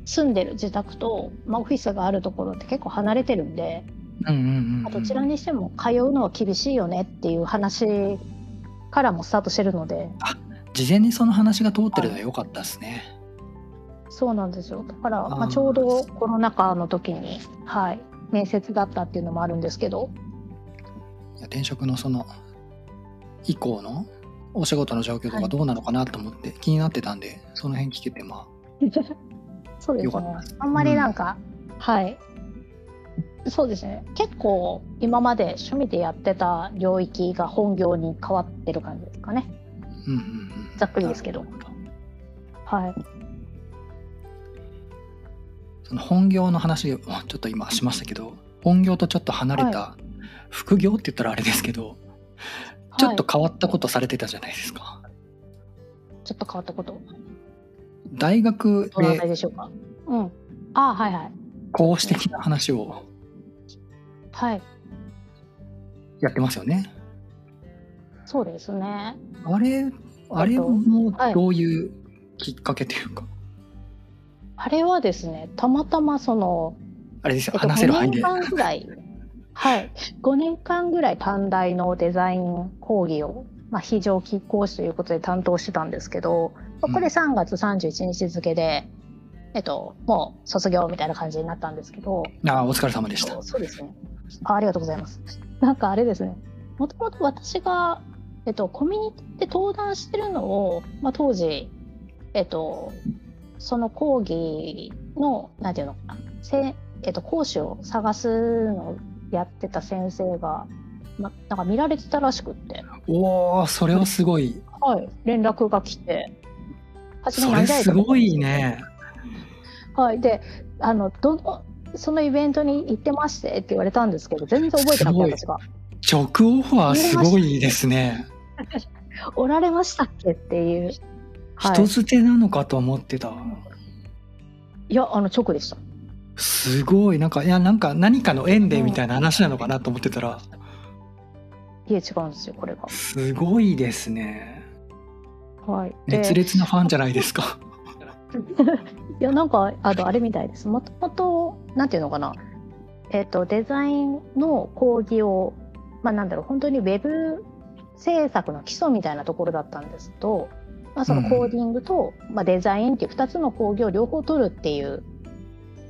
B: 住んでる自宅と、ま、オフィスがあるところって結構離れてるんで、
A: うんうんうんうん
B: ま、どちらにしても通うのは厳しいよねっていう話からもスタートしてるので、
A: 事前にその話が通ってるのは良かったですね、
B: そうなんですよ。だから、
A: あー
B: ま、ちょうどコロナ禍の時に、はい、面接だったっていうのもあるんですけど、
A: いや転職のその以降のお仕事の状況とか
B: はい
A: どうなのかなと思って気になってたんで、その辺聞けてま
B: そうです
A: よか
B: ね
A: ったです。
B: あんまりなんか、はい。そうですね。結構今まで趣味でやってた領域が本業に変わってる感じですかね。
A: あうんうんうん
B: ざっくりですけど
A: なるほ
B: はい。
A: その本業の話を ちょっと今しましたけど本業とちょっと離れた副業って言ったらあれですけど、ちょっと
B: はい
A: 変わったことされてたじゃないですか
B: ちょっと変わったこと
A: 大学
B: どうなん
A: で
B: でしょうか。うん。あはいはい
A: 講師的な話を
B: はい。
A: やってますよね
B: そうですね。
A: あれあれもどういうきっかけというか、
B: あれはですね、たまたまその、
A: あれですよ
B: えっと
A: 話せる範囲
B: 5
A: で
B: 年間ぐらい、はい、5年間ぐらい短大のデザイン講義を、まあ、非常勤講師ということで担当してたんですけど、まあこれ
A: うん
B: 3月31日付で、えっと、もう卒業みたいな感じになったんですけど、
A: あーお疲れ様でした
B: そうそうですねあ。ありがとうございます。なんかあれですね、もともと私が、えっと、コミュニティで登壇してるのを、まあ、当時、えっと、その講義の、なんていうのかな、せえっと、講師を探すのをやってた先生が、ま、なんか見られてたらしくって、
A: おおそれはすごい
B: はい、連絡が来て、初め
A: そ
B: なん
A: れ
B: じゃいと
A: す
B: 思った
A: ご
B: んです
A: い
B: けど
A: ね。
B: はい、であのどのそのイベントに行ってましてって言われたんですけど全然覚えてなくて私
A: す
B: が
A: 直オファーすごいですね。
B: 「おられましたっけ?」っていう、はい
A: 人、捨てなのかと思ってた。
B: いやあの直でした
A: すごいなんかいやなんか何かの縁でみたいな話なのかなと思ってたら
B: いえ違うんですよこれが
A: すごいですね。
B: はいで
A: 熱烈なファンじゃないですか。
B: いやなんかあのあれみたいですもともとなんていうのかなえっ、とデザインの講義をまあなんだろう本当にウェブ制作の基礎みたいなところだったんですけど、まあ、そのコーディングと、まあ、デザインっていう2つの講義を両方取るっていう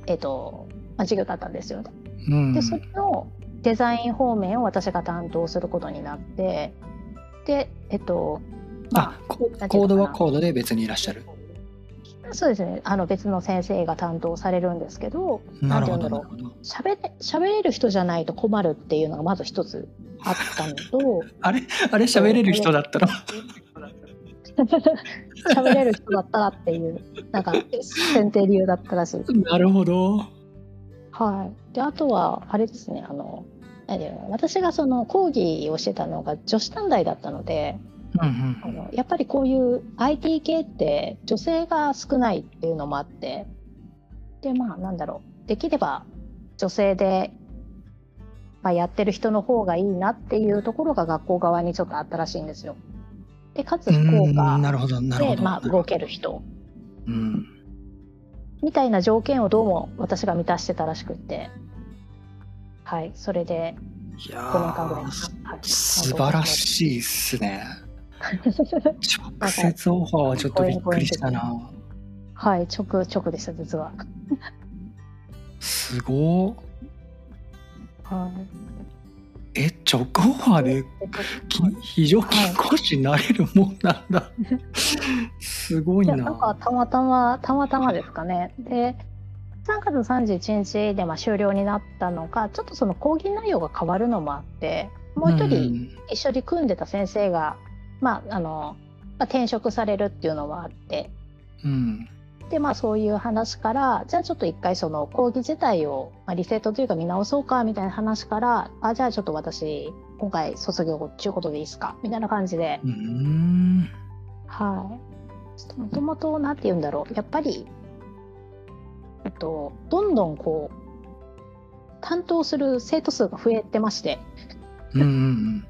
B: えっ、と、まあ、授業だったんですよね。
A: うん。
B: でそれのデザイン方面を私が担当することになってでえっ、と
A: あコ
B: なんてい
A: コ
B: う
A: ー
B: のかな
A: ドはコードで別にいらっしゃる。
B: そうですねあの別の先生が担当されるんですけど
A: なるほ
B: な
A: ど
B: んて
A: な
B: 言
A: るほど。
B: 喋れ喋れる人じゃないと困るっていうのがまず一つあったの と
A: あれあれ喋れる人だったら
B: 喋れる人だったらっていうなんか選定理由だったらしい。
A: なるほど。
B: はい、であとはあれですねあのなんていうの私がその講義をしてたのが女子短大だったので
A: うん
B: あのやっぱりこういう IT 系って女性が少ないっていうのもあってでまあなんだろうできれば女性で、まあ、やってる人の方がいいなっていうところが学校側にちょっとあったらしいんですよ。でかつ
A: う
B: 福
A: ん
B: 岡
A: なるほどなるほ
B: で、
A: ど、
B: まあ、動ける人
A: うん
B: みたいな条件をどうも私が満たしてたらしくってはいそれで
A: いや
B: 5年間ぐらい
A: ー
B: かなはい
A: 素晴らしいっす ね直接オファーはちょっとびっくりしたな
B: はい直直でした実は。
A: すごっ
B: は
A: え直オファーで
B: い
A: き非常勤講師になれるもんなんだ、すごい
B: いや
A: な
B: なんかたまたまたまたまですかね。で3月31日でまあ終了になったのがちょっとその講義内容が変わるのもあってもう一人一緒に組んでた先生が、まああのまあ、転職されるっていうのもあって
A: うん、うん
B: でまあそういう話からじゃあちょっと一回その講義自体を、まあ、リセットというか見直そうかみたいな話からあじゃあちょっと私今回卒業っていうことでいいですかみたいな感じで
A: うーん
B: はい。もともと、なんて言うんだろう。やっぱり、えっと、どんどんこう、担当する生徒数が増えてまして、
A: うんうんうん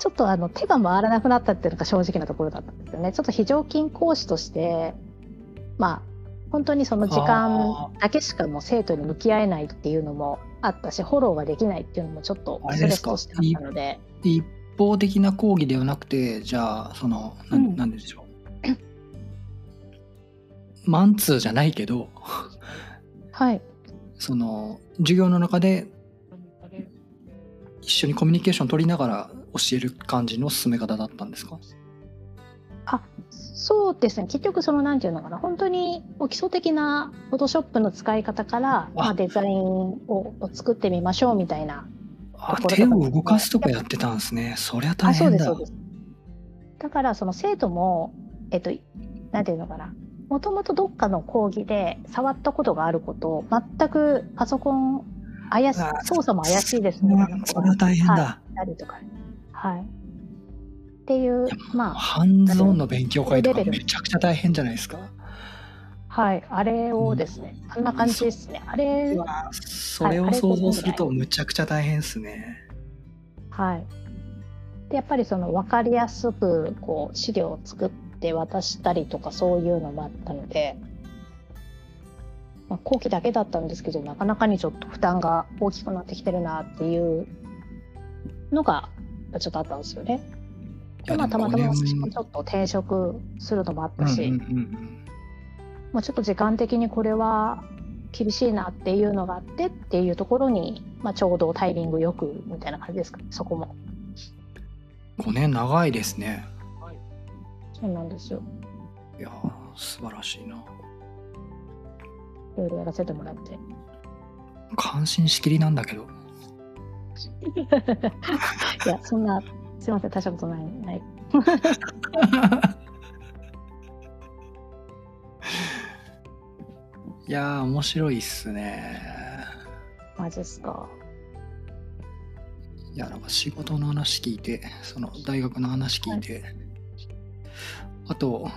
B: ちょっとあの、手が回らなくなったっていうのが正直なところだったんですよね。ちょっと非常勤講師として、まあ、本当にその時間だけしかもう生徒に向き合えないっていうのもあったし、フォローができないっていうのもちょっと
A: あれ
B: ス
A: で
B: トレ
A: す
B: ス
A: か
B: としてあったので、
A: 一方的な講義ではなくてじゃあそのな
B: うん
A: んなんでしょうマンツーじゃないけど
B: はい。
A: その授業の中で一緒にコミュニケーション取りながら教える感じの進め方だったんですか
B: そうですね結局そのなんていうのかな本当にもう基礎的なフォトショップの使い方からまあ、デザインを作ってみましょうみたいな
A: あ
B: ところとか
A: 手を動かすとかやってたんですねそりゃ大
B: あそう
A: 変
B: です
A: だ
B: そうですだからその生徒もえっとなんていうのかなもともとどっかの講義で触ったことがあることを全くパソコン怪し
A: あー
B: 操作も怪しいです
A: う
B: ね
A: わそれは大変だ、
B: はたりとかはいっていうまあ
A: ハンズオンの勉強会とかめちゃくちゃ大変じゃないですか
B: はいあれをですねあんな感じですねあれ
A: うわそれを想像するとむちゃくちゃ大変ですね
B: はい、でやっぱりその分かりやすくこう資料を作って渡したりとかそういうのもあったので、まあ、後期だけだったんですけどなかなかにちょっと負担が大きくなってきてるなっていうのがちょっとあったんですよね。
A: い
B: で
A: や
B: まあ、たまた
A: で
B: ま
A: も
B: 私
A: 5
B: もちょっと転職するのもあったし、
A: うんうんうんうん
B: もうちょっと時間的にこれは厳しいなっていうのがあってっていうところに、まあ、ちょうどタイミングよくみたいな感じですかねそこも。
A: 5年長いですね
B: そうなんですよ
A: いやー素晴らしいない
B: ろいろやらせてもらって。
A: 感心しきりなんだけ ど
B: いや、そんな、すいません、大したことない。ない
A: いやー面白いっすね
B: マジですか。
A: いやなんか仕事の話聞いてその大学の話聞いて、あと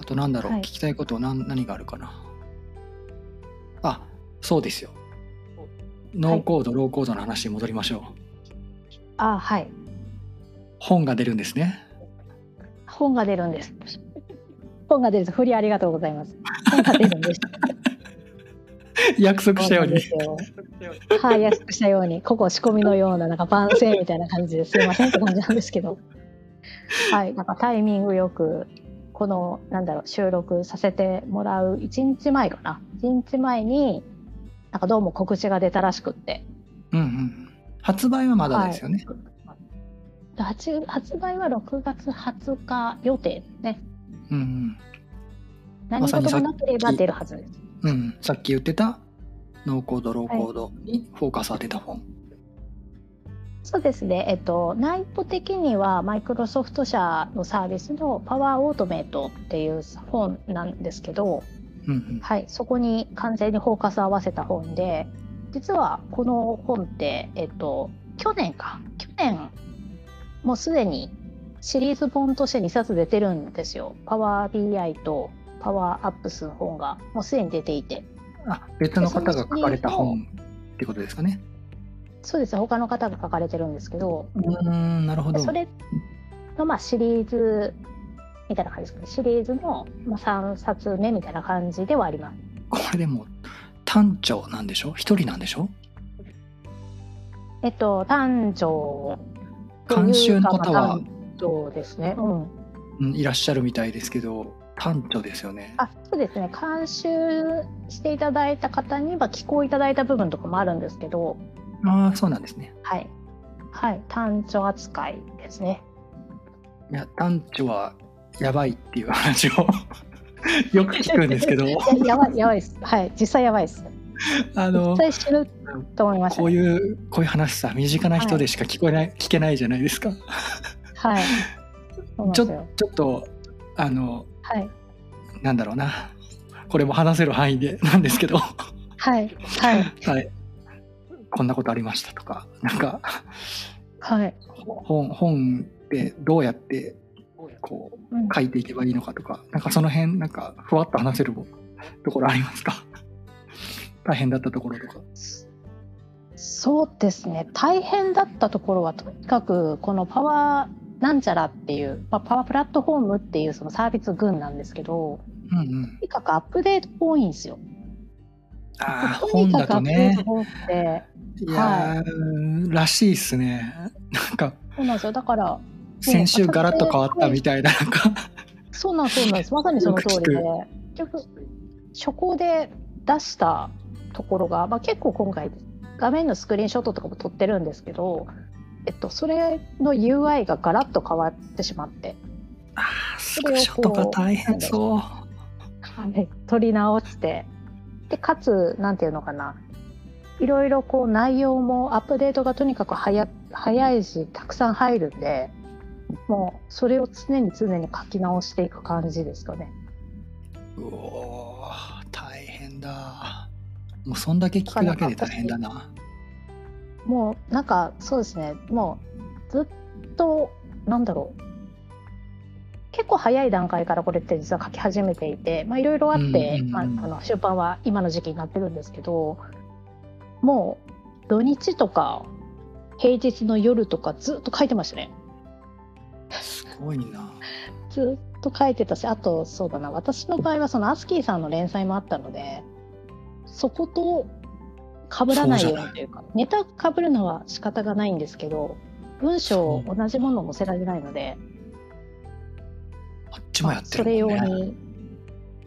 A: あとなんだろう、
B: はい
A: 聞きたいこと何何があるかなあそうですよノーコード、ローコードの話に戻りましょう
B: あ、はい。
A: 本が出るんですね
B: 本が出るんです。本が出ると、振りありがとうございます。本が出るんです。
A: 約束したように
B: そうなんですよはい、約束したように、ここ仕込みのような、なんか番宣みたいな感じですいませんって感じなんですけど。はい、なんかタイミングよく、この、なんだろう、収録させてもらう1日前かな。1日前に、なんかどうも告知が出たらしくって。
A: うんうん発売はまだですよね、
B: 発発売は6月20日予定ね。
A: うん
B: 何
A: さに
B: 事もなければ出るはずです。
A: うんうんさっき言ってたノーコードローコードにフォーカス当てた本、
B: そうですね。えっと内部的にはマイクロソフト社のサービスのパワーオートメイトっていう本なんですけど、
A: うんうん
B: はい、そこに完全にフォーカス合わせた本で、実はこの本ってえっと去年か去年もうすでにシリーズ本として2冊出てるんですよ。パワー BI とパワーアップスの本がもうすでに出ていて。
A: あ別の方が書かれた本ってことですかね。
B: そうですね他の方が書かれてるんですけど
A: うーん、なるほど。
B: それのまあシリーズみたいな感じですかねシリーズのまあ3冊目みたいな感じではあります
A: これでも単調なんでしょ一人なんでしょ
B: えっと誕生
A: 監修の方は、
B: そうですね、うん、
A: うんいらっしゃるみたいですけど単調ですよね。
B: あそうですね監修していただいた方には寄稿いただいた部分とかもあるんですけど
A: ああそうなんですね。
B: はいはい単調扱いですね
A: いや単調はやばいっていう話を よく聞くんです けど
B: え やばいやばいですはい実際やばいです
A: あの
B: 実際死ぬと思いました
A: こ
B: ね、
A: ういうこういう話さ身近な人でしか聞こえない、聞けないじゃないですか。
B: はいそうなん
A: ち
B: で
A: ょ
B: すよ
A: ちょっとあの
B: はい
A: なんだろうなこれも話せる範囲でなんですけ ど。
B: はいはい
A: はい。こんなことありましたとか、なんか、
B: はい、
A: 本、本ってどうやって、こ
B: うん
A: う、書いていけばいいのかとか、なんかその辺、なんか、ふわっと話せるところありますか 大変だったところとか。
B: そうですね大変だったところはとにかくこのパワーなんちゃらっていう、まあ、パワープラットフォームっていうそのサービス群なんですけど
A: うんうん
B: と。にかくアップデート多いんですよ。
A: ああ、
B: と
A: 本
B: にか
A: だ
B: くア
A: と
B: ップデ
A: ね
B: ート、が多くて
A: いやー、らしいっすね。なんか、
B: そうなんですよだから
A: 先週ガラッと変わったみたいな、なんか、
B: そうなんですそうなんですまさにその通りで
A: よ
B: 結局初行で出したところが、まあ、結構今回画面のスクリーンショットとかも撮ってるんですけど、えっと、それの UI がガラッと変わってしまって。
A: あースクショとか大変そう。
B: はい取り直してでかつなんていうのかないろいろこう内容もアップデートがとにかく早早いしたくさん入るんでもうそれを常に常に書き直していく感じですかね。
A: うおー大変だもうそんだけ聞くだけで大変だな
B: もうなんかそうですねもうずっとなんだろう結構早い段階からこれって実は書き始めていてまあいろいろあって、
A: うんうんうん
B: まあ、あの出版は今の時期になってるんですけどもう土日とか平日の夜とかずっと書いてましたね
A: すごいな
B: ずっと書いてたしあとそうだな私の場合はそのアスキーさんの連載もあったのでそこと被らないようにというかネタ被るのは仕方がないんですけど文章同じものを載せられないので、
A: あっちもやってる
B: そ
A: もん
B: れ用
A: ね
B: に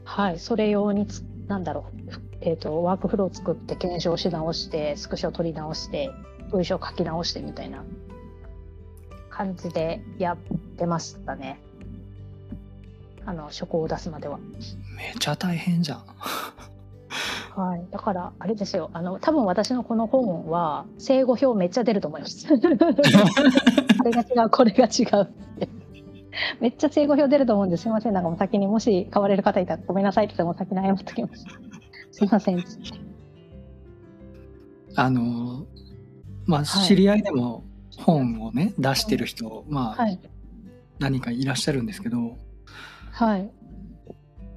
B: はいそれ用につなんだろう、えー、とワークフロー作って検証し直してスクショ取り直して文章書き直してみたいな感じでやってましたねあの書庫を出すまでは。
A: めちゃ大変じ ゃん
B: はい、だからあれですよあの多分私のこの本は正語表めっちゃ出ると思います あれが違うこれが違うってめっちゃ正語表出ると思うんですいませんなんかもう先にもし買われる方いたらごめんなさいって言ってもう先に謝っときますすいません
A: あのまあ
B: はい
A: 知り合いでも本をね出してる人ま
B: は
A: あ
B: い
A: 何かいらっしゃるんですけど
B: はい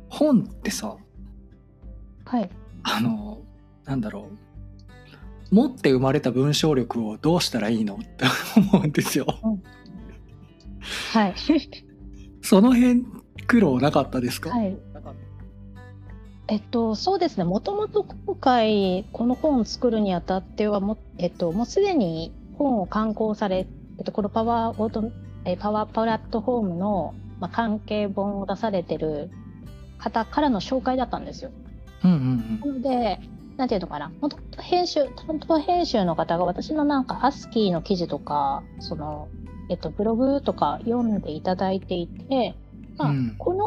A: 本ってさ
B: はい
A: あのなんだろう持って生まれた文章力をどうしたらいいのって思うんですよ
B: はい
A: その辺苦労なかったですか、
B: はいえっと、そうですね、もともと今回、この本を作るにあたってはも、えっと、もうすでに本を刊行され、えっと、このパワーオートえーパワープラットフォームの、まあ、関係本を出されてる方からの紹介だったんですよ。
A: うんうん
B: なので、なんていうのかな、もともと編集、担当編集の方が私のなんか、アスキーの記事とか、その、えっと、ブログとか読んでいただいていて、まあ、
A: うん
B: この、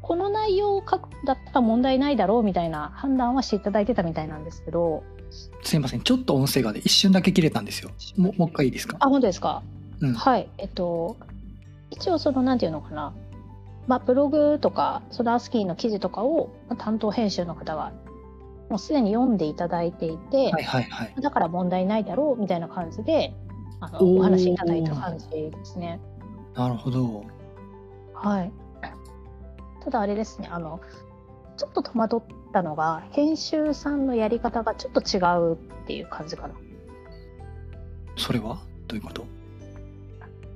B: この内容を書くだったら問題ないだろうみたいな判断はしていただいてたみたいなんですけど、
A: うんすいませんちょっと音声がね一瞬だけ切れたんですよももう一回いいですか
B: あ、本当ですか。
A: うん
B: はい。えっと、一応その、なんていうのかな。まあ、ブログとか、そのアスキーの記事とかをまあ担当編集の方が、もうすでに読んでいただいていて、
A: はいはいはい。
B: だから問題ないだろうみたいな感じで、あの
A: おー
B: お話しいただいた感じですね。
A: なるほど。
B: はい。ただあれですね、あの、ちょっと戸惑ったのが編集さんのやり方がちょっと違うっていう感じかな。
A: それはどういうこと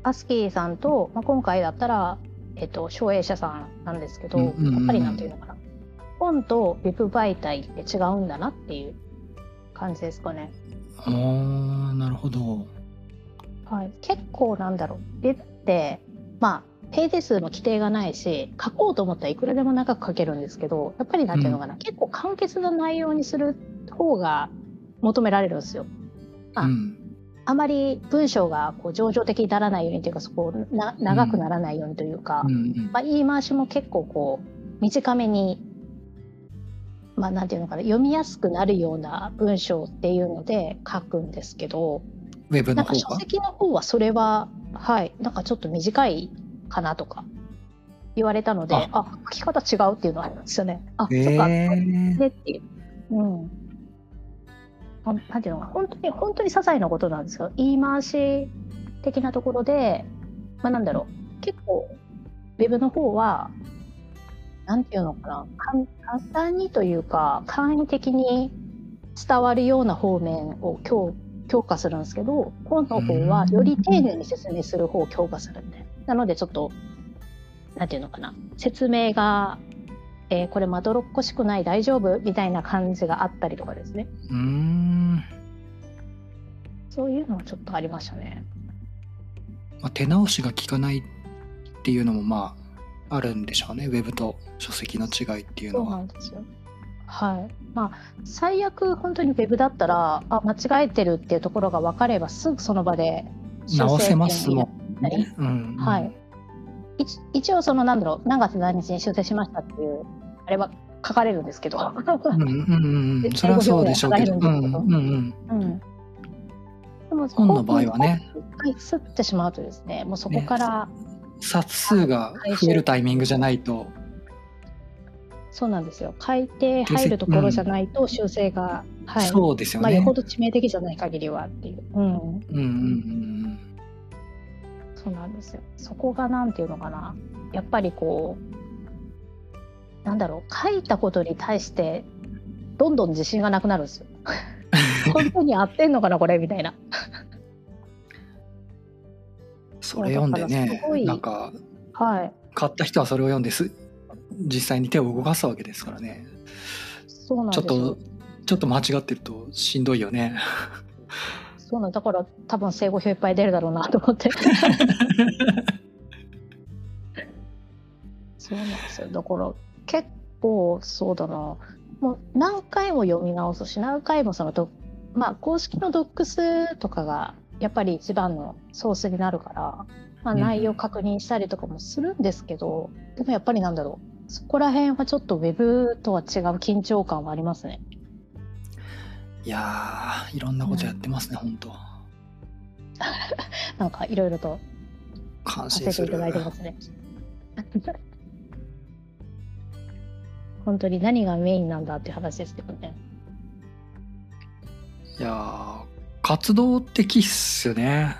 B: アスキーさんと、まあ、今回だったら、えっと、省営者さんなんですけど、
A: うんうんうんうん
B: やっぱりなんていうのかな本と Web 媒体って違うんだなっていう感じですかね。
A: あーなるほど。
B: はい、結構なんだろう Web ってまあページ数も規定がないし書こうと思ったらいくらでも長く書けるんですけどやっぱりなんていうのかな、結構簡潔な内容にする方が求められるんですよ。あ
A: うん。
B: あまり文章がこう情緒的にならないようにというかそこをな長くならないようにというか、
A: うんうん
B: まあ、言い回しも結構こう短めに、まあ、なんていうのかな読みやすくなるような文章っていうので書くんですけど
A: ウェブの
B: なんか
A: 方
B: 書
A: が
B: 籍の方はそれははいなんかちょっと短いかなとか言われたので
A: あ
B: あ書き方違うっていうのはあるんですよね。あ、
A: え
B: そっか
A: ー
B: ねっていう。うん。ほんなんていうのか、本当に、本当に些細なことなんですよ。言い回し的なところで、まあなんだろう、結構、ウェブの方は、なんていうのかな、簡簡単にというか、簡易的に伝わるような方面を強強化するんですけど、本の方はより丁寧に説明する方を強化するんで。なのでちょっと、なんていうのかな、説明がえーこれまどろっこしくない大丈夫みたいな感じがあったりとかですね
A: うーん。
B: そういうのはちょっとありましたね
A: まあ、手直しが効かないっていうのもまああるんでしょうねウェブと書籍の違いっていう
B: そ
A: の
B: うな
A: は
B: んですよはいまあ最悪本当に Web だったらあ間違えてるっていうところが分かればすぐその場で
A: 直せますも
B: ね
A: ん
B: 修正点に
A: ね、うん
B: はい一一応その何だろう何月何日に修正しましたっていうあれは書かれるんですけど、
A: うんうんうんうん
B: で
A: それはそうでしょうけど
B: 英
A: う
B: 語
A: んう
B: 表現が
A: んうん
B: うんでも
A: 本の場合はね
B: 本にすってしまうとですねもうそこから、
A: 冊数が増えるタイミングじゃないと
B: そうなんですよ改定入るところじゃないと修正が、はい、
A: そうですよ
B: まあ、
A: ね、
B: よほど致命的じゃない限りはっていう、うん、
A: うんうんうん
B: そうなんですよ。そこがなんていうのかな、やっぱりこう、なんだろう、書いたことに対して、どんどん自信がなくなる んですよ。本当に合ってんのかな、これみたいな。
A: それ読んで
B: だから
A: ね
B: すごい
A: なんか
B: はい、
A: 買った人はそれを読んです実際に手を動かすわけですからね
B: そうなんで
A: ち
B: す
A: ょ
B: よ
A: っとちょっと間違ってるとしんどいよ ね
B: そうなんだから多分生後表いっぱい出るだろうなと思って そうなんですよだから結構そうだなもう何回も読み直すし何回もそのどまあ公式のドックスとかがやっぱり一番のソースになるから、まあ、
A: うん
B: 内容確認したりとかもするんですけど、でもやっぱりなんだろうそこら辺はちょっとウェブとは違う緊張感はありますね。
A: いやーいろんなことやってますね、本当
B: なんかいろいろと
A: 感
B: さ
A: 心す
B: せていた
A: る
B: だいてますね。 本当に何がメインなんだっていう話ですけどね。
A: いやー活動的っすよね。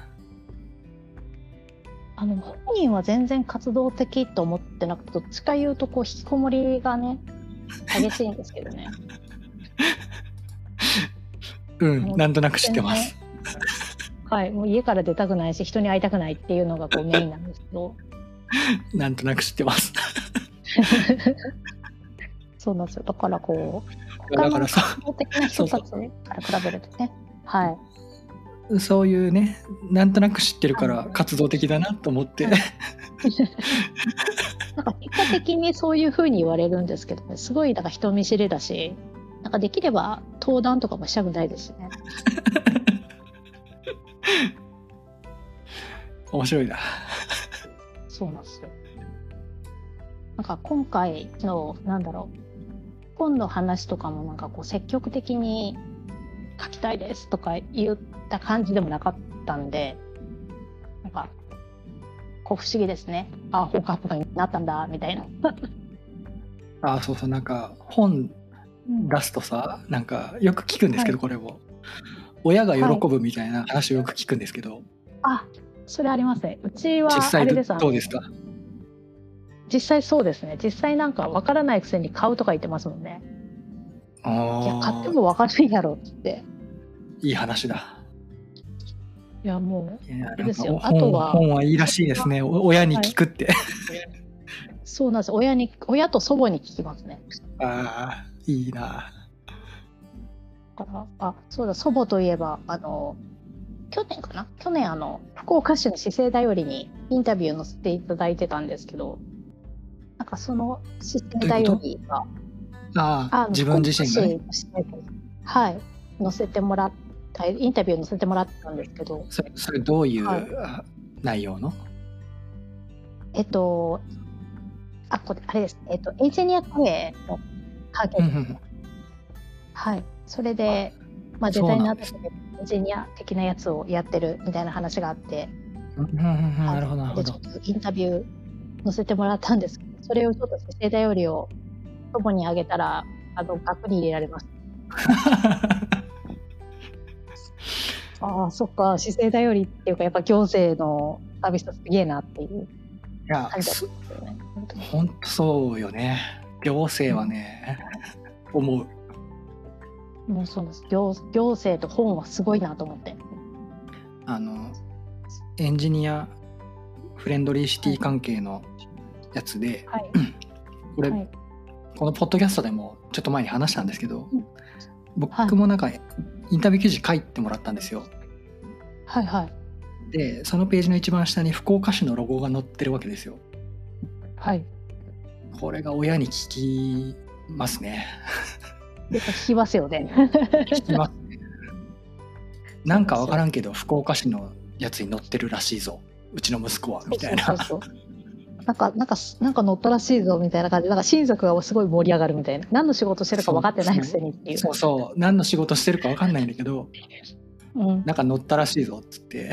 B: あの本人は全然活動的と思ってなくてどっちか言うとこう引きこもりが ね激しいんですけどね
A: うん、
B: うん
A: なんとなく知ってます。
B: はいもう家から出たくないし人に会いたくないっていうのがこうメインなんですけど
A: なんとなく知ってます。
B: そうなんですよだからこう
A: だからそ
B: 活動的な人たちから比べるとねはい、
A: う、そういうね、なんとなく知ってるか
B: う
A: ら
B: ん
A: 活動的だなと思って
B: うん。なんか結果的にそういうふうに言われるんですけどね、すごいなんか人見知りだし、なんかできれば登壇とかもしたくないですしね。
A: 面白いな。
B: そうなんですよ。なんか今回の、なんだろう、本の話とかもなんかこう積極的に書きたいですとか言った感じでもなかったんで、なんか、こう不思議ですね。あ、本格化になったんだ、みたいな。
A: あー、そうそう、なんか本出すとさ、なんかよく聞くんですけど、これを。親が喜ぶみたいな話をよく聞くんですけど、
B: あ、それありますね。うちは
A: 実
B: あ
A: 際
B: れ
A: ど
B: ですあの
A: どうですか
B: 実際そうですね。実際なんかわからないくせに買うとか言ってますもんね。いや、買
A: あ
B: って
A: あ
B: もわからないやろって。
A: いい話だ
B: いや、も
A: いや
B: いいです
A: な
B: よ
A: んかお
B: あとは
A: 本はいいらしいですねお親に聞くって、
B: う、そうなんです。親に、親と祖母に聞きますね。
A: ああいいな
B: だから、あ、そうだ、祖母といえば、あの、去年かな去年、あの、福岡市の市政だよりにインタビューを載せていただいてたんですけど、なんかその市政だよりが、
A: あ
B: あ
A: あ
B: の
A: 自分自身が、ね、
B: 福岡市の市政はい、載せてもらった、インタビュー載せてもらったんですけど、
A: それそれどういう
B: はい
A: あ内容の、
B: えっと、あ、これ、あれです。えっと、エンジニアカフェの影、
A: うんうん
B: はい。それで、まあ、デ
A: そう
B: ザイ
A: な
B: ナ
A: ん
B: ー
A: です
B: とかでエンジニア的なやつをやってるみたいな話があって、
A: うんうんうんうんなるほどなる
B: で、
A: ほ
B: ちょ
A: ど
B: っとインタビュー載せてもらったんですけど、それをちょっと世代よりを祖母にあげたら、あの、額に入れられます。ああ、そっか、姿勢頼りっていうか、やっぱ行政のサービスすげえなっていう
A: いや
B: 感じだ
A: そ
B: ったんですよね。本当に
A: ほんとそうよね行政はね、思う
B: もうそうなんです行行政と本はすごいなと思って。
A: あのエンジニアフレンドリーシティ関係のやつで、
B: はい。
A: これ、
B: はい
A: このポッドキャストでもちょっと前に話したんですけど
B: うん
A: 僕もなんかインタビュー記事書いてもらったんですよ
B: はいはい。
A: でそのページの一番下に福岡市のロゴが載ってるわけですよ
B: はい。
A: これが親に聞きますね
B: やっぱ聞きますよね。
A: 聞きますねなんかわからんけど福岡市のやつに載ってるらしいぞうちの息子は みたいな
B: そうそうそうそうなんか、なんか、なんか乗ったらしいぞみたいな感じで、なんか親族がすごい盛り上がるみたいな。何の仕事してるか分かってないくせにっていう。
A: そうそう何の仕事してるかわかんないんだけど
B: うん、
A: なんか乗ったらしいぞっつって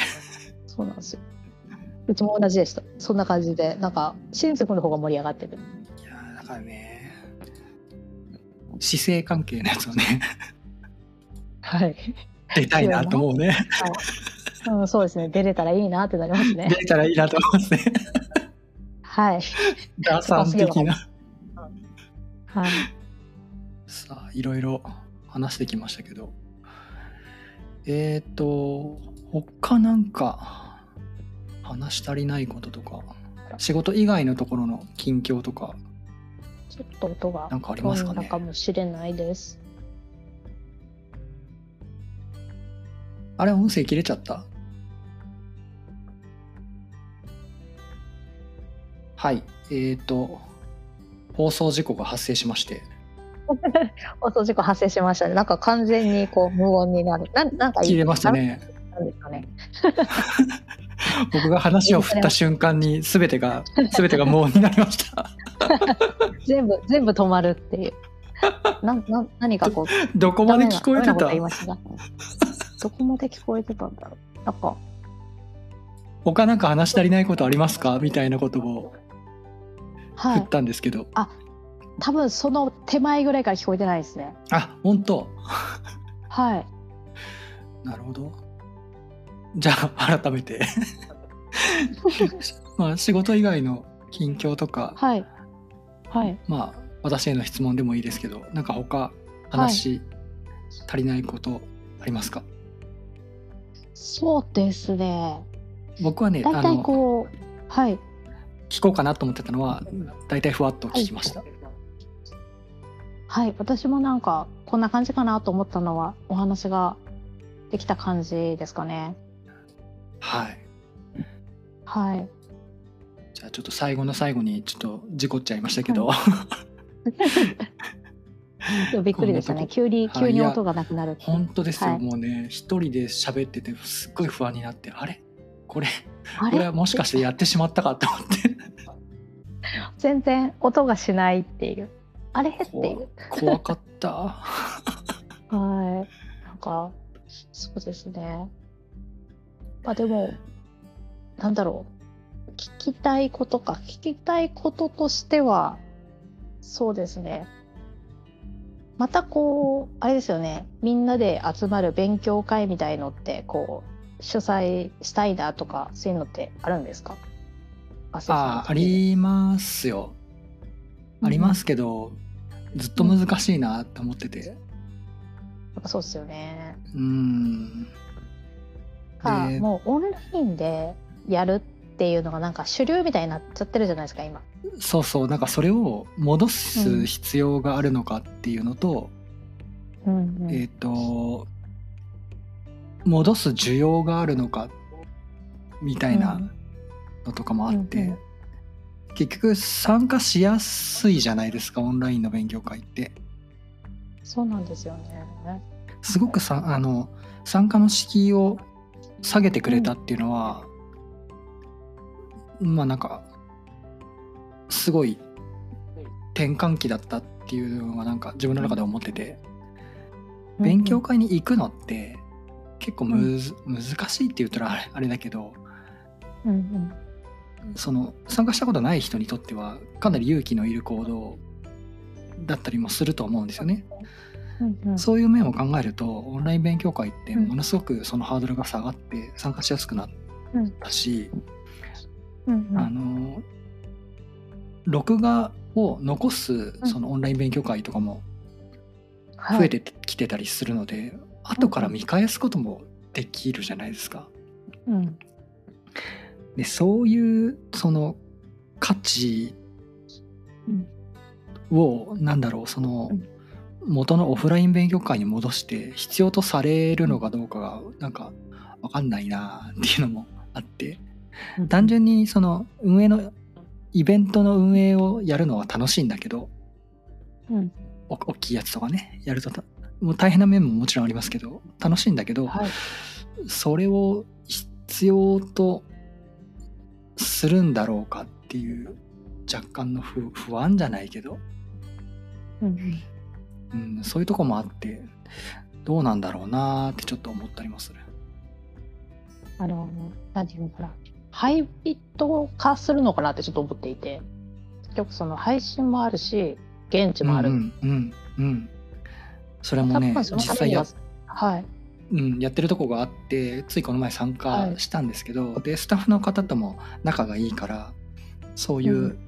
B: そうなんですよ。うちも同じでした。そんな感じで、なんか親族の方が盛り上がって
A: い
B: る。
A: やーだからね姿勢関係のやつを ね
B: はい。
A: 出たいなと思うね
B: うん、そうですね。出れたらいいなってなりますね。
A: 出たらいいなと思いますね
B: はい。
A: ダさん的な
B: はい。
A: さあいろいろ話してきましたけどえっ、ー、と他なんか話し足りないこととか仕事以外のところの近況とか
B: ちょっと音が
A: なんかありますかね
B: 飛んだかもしれないです。
A: あれ音声切れちゃったはいえっ、ー、と放送事故が発生しまして
B: 放送事故発生しましたね。なんか完全にこう無音になる。なんなんかいい
A: 切れました。ね
B: なんですかね。
A: 僕が話を振った瞬間に全て が全てが無音になりました
B: 全部全部止まるって いう。なんなん何かこう
A: どこまで聞こえて
B: ダメなダメなこ
A: た
B: と言い ましたが。どこまで聞こえてたんだろう。なんか
A: 他なんか話し足りないことありますかみたいなことを
B: は
A: 振
B: い
A: っ。たんですけど、
B: 多分その手前ぐらいから聞こえてないですね。
A: あ本当
B: はい。
A: なるほどじゃあ改めて まあ仕事以外の近況とか、
B: はい。はい。
A: まあ私への質問でもいいですけどなんか他話し足りないことありますか、
B: そうですね。
A: 僕はね
B: 大
A: あ
B: 体
A: の
B: こうはい。
A: 聞こうかなと思ってたのは大体ふわっと聞きました、
B: はい、私もなんかこんな感じかなと思ったのはお話ができた感じですかね。
A: はい
B: はい。
A: じゃあちょっと最後の最後にちょっと事故っちゃいましたけど、
B: でもびっくりでした
A: こんな
B: ね。
A: と
B: 急に
A: はい
B: 急
A: い
B: に
A: や
B: 音がなくなる。
A: 本当ですよ、
B: はい
A: もうね一人で喋っててすっごい不安になってあれこれ
B: あ
A: これはもしかしてやってしまったかと思 って
B: 全然音がしないっていう。あれってい
A: 怖
B: う。
A: 怖かった
B: はい。なんかそうですね。まあでもなんだろう。聞きたいことか聞きたいこととしてはそうですね。またこうあれですよねみんなで集まる勉強会みたいのってこう主催したいなとかそういうのってあるんですか発生
A: ああ
B: する時
A: りますよ。ありますけど、ずっと難しいなって思ってて。
B: やっぱそうですよね。
A: うん。
B: か、
A: で
B: もうオンラインでやるっていうのがなんか主流みたいになっちゃってるじゃないですか今。
A: そうそう、なんかそれを戻す必要があるのかっていうのと、
B: うんうん
A: えっ、と、戻す需要があるのかみたいなのとかもあって、
B: うんうん
A: 結局参加しやすいじゃないですか、オンラインの勉強会って。
B: そうなんですよね。
A: すごくさあの参加の敷居を下げてくれたっていうのは、まあなんかすごい転換期だったっていうのがなんか自分の中で思ってて、勉強会に行くのって結構むず、難しいって言ったらあれあれだけど
B: うんうん
A: その参加したことない人にとってはかなり勇気のいる行動だったりもすると思うんですよね。
B: うんうん
A: そういう面を考えるとオンライン勉強会ってものすごくそのハードルが下がって参加しやすくなったし、
B: うんうん
A: あの録画を残すそのオンライン勉強会とかも
B: はい
A: 増えてきてたりするので、後から見返すこともできるじゃないですか。
B: うん
A: でそういうその価値をなんだろうその
B: うん
A: 元のオフライン勉強会に戻して必要とされるのかどうかがなんかわかんないなっていうのもあって単純にその運営のイベントの運営をやるのは楽しいんだけど
B: うん
A: お大きいやつとかねやるとたもう大変な面ももちろんありますけど楽しいんだけど、
B: はい
A: それを必要とするんだろうかっていう若干の不不安じゃないけど、
B: うんうん
A: うん、そういうとこもあってどうなんだろうなーってちょっと思ったりもする。
B: あのなんていうのかなハイブリッド化するのかなってちょっと思っていて結局その配信もあるし現地もある。
A: うんうんうんうんそれもね
B: 多分そ
A: 実
B: のため
A: 際
B: に
A: や
B: は,、はい、
A: うん、やってるとこがあってついこの前参加したんですけど、でスタッフの方とも仲がいいからそういう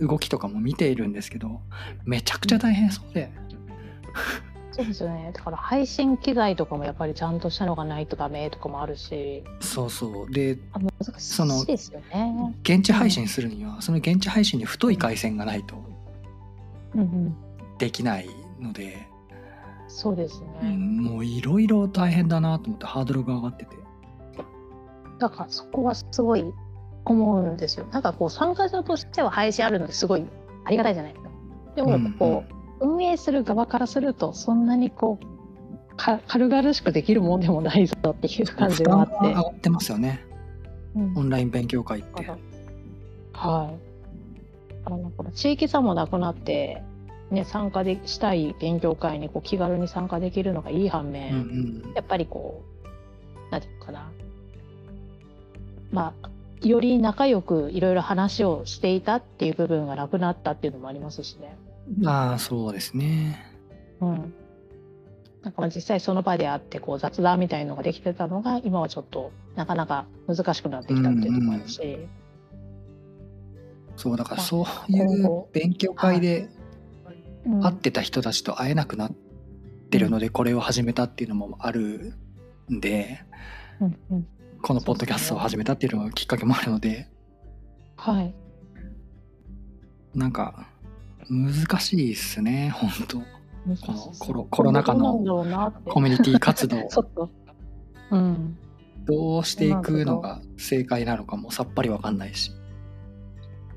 A: う動きとかも見ているんですけどめちゃくちゃ大変そうで。
B: そうですよねだから配信機材とかもやっぱりちゃんとしたのがないとダメとかもあるし
A: そうそうで
B: あ難
A: その
B: しいですよね。
A: 現地配信するにはその現地配信に太い回線がないと
B: うんうん、
A: できないので、
B: そうです
A: う
B: ね、
A: ん、もういろいろ大変だなと思ってハードルが上がってて
B: だからそこはすごい思うんですよなんかこう参加者としては配信あるのですごいありがたいじゃないですかでもやっぱこう、運営する側からするとそんなにこうか軽々しくできるもんでもないぞっていう感じ
A: 負
B: があ
A: 担
B: っ
A: が上
B: て
A: がってますよね
B: うん
A: オンライン勉強会って。
B: はい。だからなんか地域差もなくなって、ね、参加でしたい勉強会にこう気軽に参加できるのがいい反
A: うんう
B: 面、
A: ん
B: やっぱりこう、なんていうのかな。まあ、より仲良くいろいろ話をしていたっていう部分がなくなったっていうのもありますしね。
A: ああそうですね。
B: うん。なんかまあ実際その場であってこう雑談みたいのができてたのが今はちょっとなかなか難しくなってきたっていうところもあるし、
A: そうだから
B: あ
A: そういう勉強会で
B: うん
A: 会ってた人たちと会えなくなってるのでこれを始めたっていうのもあるんで
B: うんうん、
A: このポッドキャストを始めたっていうのがきっかけもあるので
B: はい
A: なんか難しいですね本当。このコロコ
B: コ
A: ロナ禍の
B: どうなんだろうなって
A: コミュニティ活 動を
B: ちょっと、うん、
A: どうしていくのが正解なのかもさっぱりわかんないし。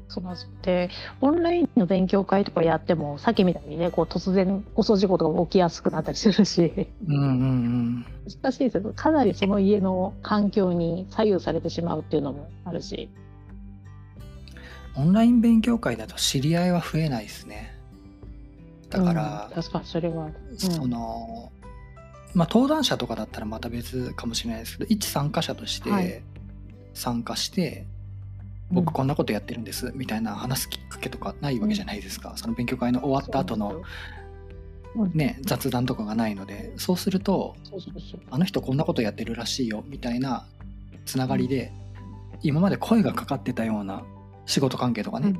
B: そうなんですよでオンラインの勉強会とかやってもさっきみたいにねこう突然放送事故とか起きやすくなったりするし
A: うんうん
B: 難しいですよかなりその家の環境に左右されてしまうっていうのもあるし
A: うん。オンライン勉強会だと知り合いは増えないですね。だから
B: うん、確かにそれは、うん
A: その、まあ、登壇者とかだったらまた別かもしれないですけど一参加者とし
B: はい
A: て参加して、
B: うん
A: 僕こんなことやってるんですみたいな話すきっかけとかないわけじゃないですか、その勉強会の終わった後の、ね、雑談とかがないのでそうすると
B: そうそうそう
A: あの人こんなことやってるらしいよみたいなつながりで、今まで声がかかってたような仕事関係とかね、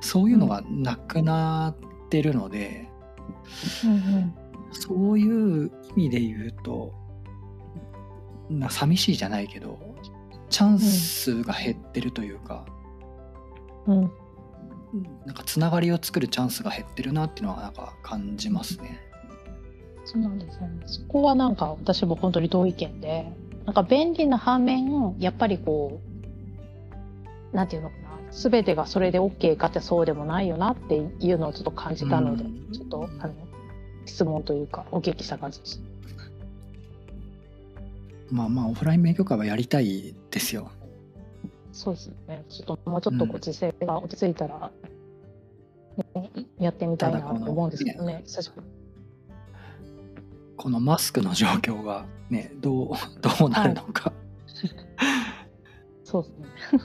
A: そういうのがなくなってるので、
B: うんうん
A: そういう意味で言うとな寂しいじゃないけどチャンスが減ってるというか、
B: うん
A: なんかつながりを作るチャンスが減ってるなっていうのはなんか感じますね。
B: そうなんですよね。そこはなんか私も本当に同意見で、なんか便利な反面、やっぱりこう、なんていうのかな、すべてがそれで OK かってそうでもないよなっていうのをちょっと感じたので、
A: うん
B: ちょっとあの質問というか、お聞きした感じです。
A: まあまあオフライン勉強会はやりたいですよ。
B: そうですね。ちょっともうちょっとこ
A: う
B: うん時勢が落ち着いたら、ねやってみたいなと思うんですけどね、久しぶりに
A: このマスクの状況がねどうどうなるのか、
B: そう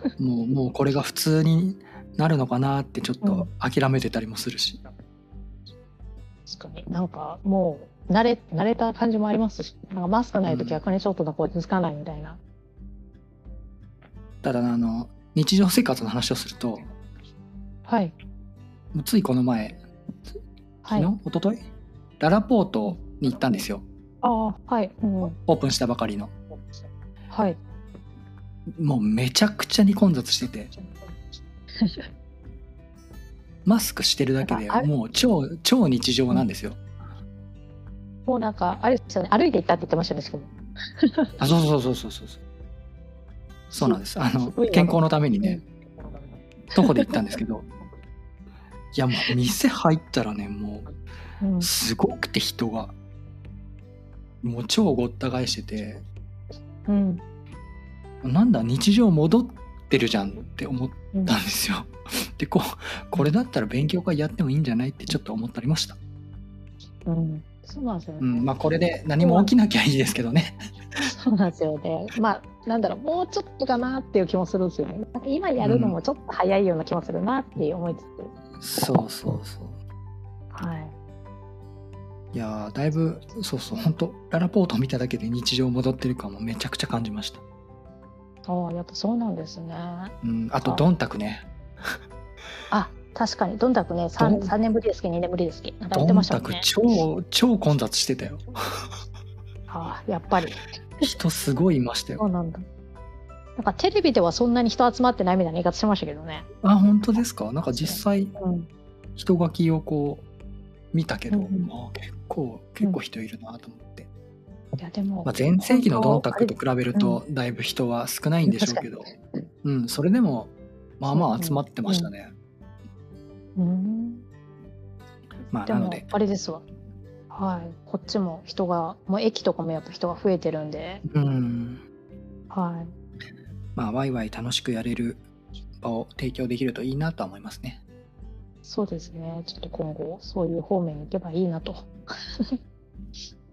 B: ですね。
A: もうもうこれが普通になるのかなってちょっ
B: う
A: と諦めてたりもするし、
B: 確かになんかもう慣れ慣れた感じもありますしなんかマスクないと
A: うん
B: 逆にちょっとなんか落ち着かないみたいな、
A: ただあの日常生活の話をすると
B: はい
A: ついこの前
B: は
A: 昨
B: い
A: 日、一昨日ララポートに行ったんですよ
B: ああはいうん
A: オープンしたばかりの
B: はい
A: もうめちゃくちゃに混雑しててマスクしてるだけで
B: あれ
A: もう超超日常なんですよ、
B: もうなんかあれですよね歩いて行ったって言ってましたねしかも
A: あそうそうそうそうそうそうそうなんですあの
B: すごいな
A: 健康のためにね徒歩で行ったんですけどいやもう店入ったらねも
B: うん
A: うすごくて人がもう超ごった返してて
B: うん
A: なんだ日常戻ってるじゃんって思ったんですよ。 でこうこれだったら勉強会やってもいいんじゃないってちょっと思ったりました。
B: うんそうなんですよね、
A: うん、まあこれで何も起きなきゃいいですけどね。
B: そうなんですよねまあなんだろうもうちょっとかなっていう気もするんですよねなんか今やるのもちょっと早いような気もするなっていう思いつつ、
A: そうそうそう。
B: はい
A: いやーだいぶそうそう本当ララポート見ただけで日常戻ってる感もめちゃくちゃ感じました。
B: ああやっぱそうなんですね
A: うん、あとドンタクね。
B: あ確かにどんたくね 3,
A: どん
B: 3年ぶりですけど2年ぶりですけどなんか
A: ド
B: 言ってま
A: ン
B: した
A: タ
B: も
A: ク
B: んね
A: 超超混雑してたよ。
B: ああやっぱり
A: 人すごいいました
B: そ
A: よ。
B: うなんだなんかテレビではそんなに人集まってないみたいな言い方してましたけどね
A: あ本当ですか。なんか実際
B: うん
A: 人書きをこう見たけど、
B: うんうん
A: あ結構結構人いるなと思って。
B: いやでも
A: まあ、前世紀のドンタクと比べるとだいぶ人は少ないんでしょうけど、うん、それでもまあまあ集まってましたね。
B: うん
A: まあ、
B: で
A: なの
B: も
A: で、
B: あれですわはいこっちも人がもう駅とかもやっぱ人が増えてるんで
A: うん、
B: は
A: まあワイワイ楽しくやれる場を提供できるといいなとは思いますね。
B: いそうですねちょっと今後そういう方面に行けばいいなと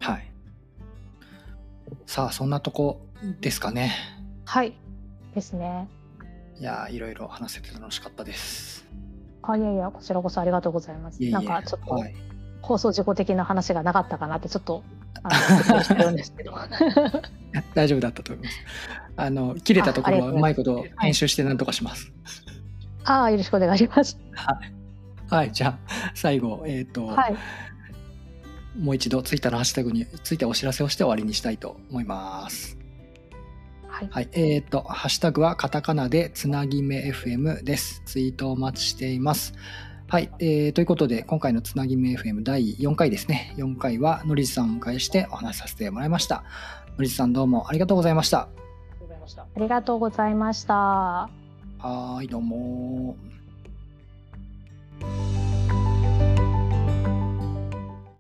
A: はい。さあそんなとこですかね。
B: はいですね
A: いやーいろいろ話せて楽しかったです。
B: あいやいやこちらこそありがとうございます
A: いえいえ
B: なんかちょっと、
A: はい、
B: 放送事故的な話がなかったかなってちょっとあ のびっくりしてるんですけど
A: 大丈夫だったと思います。あの切れたところはうまいこと編集してなんとかします。
B: ああよろしくお願いします
A: はい、じゃあ最後えっ、と。
B: はい
A: もう一度ツイッターのハッシュタグについてお知らせをして終わりにしたいと思います。
B: はい
A: はい。えっ、と、ハッシュタグはカタカナでつなぎめ FM です。ツイートをお待ちしています。はい。えーということで、今回のつなぎめ FM 第4回ですね。4回はのりじさんをお迎えしてお話しさせてもらいました。のりじさんどうもありがとうございました。
B: ありがとうございました。
A: はーい、どうも。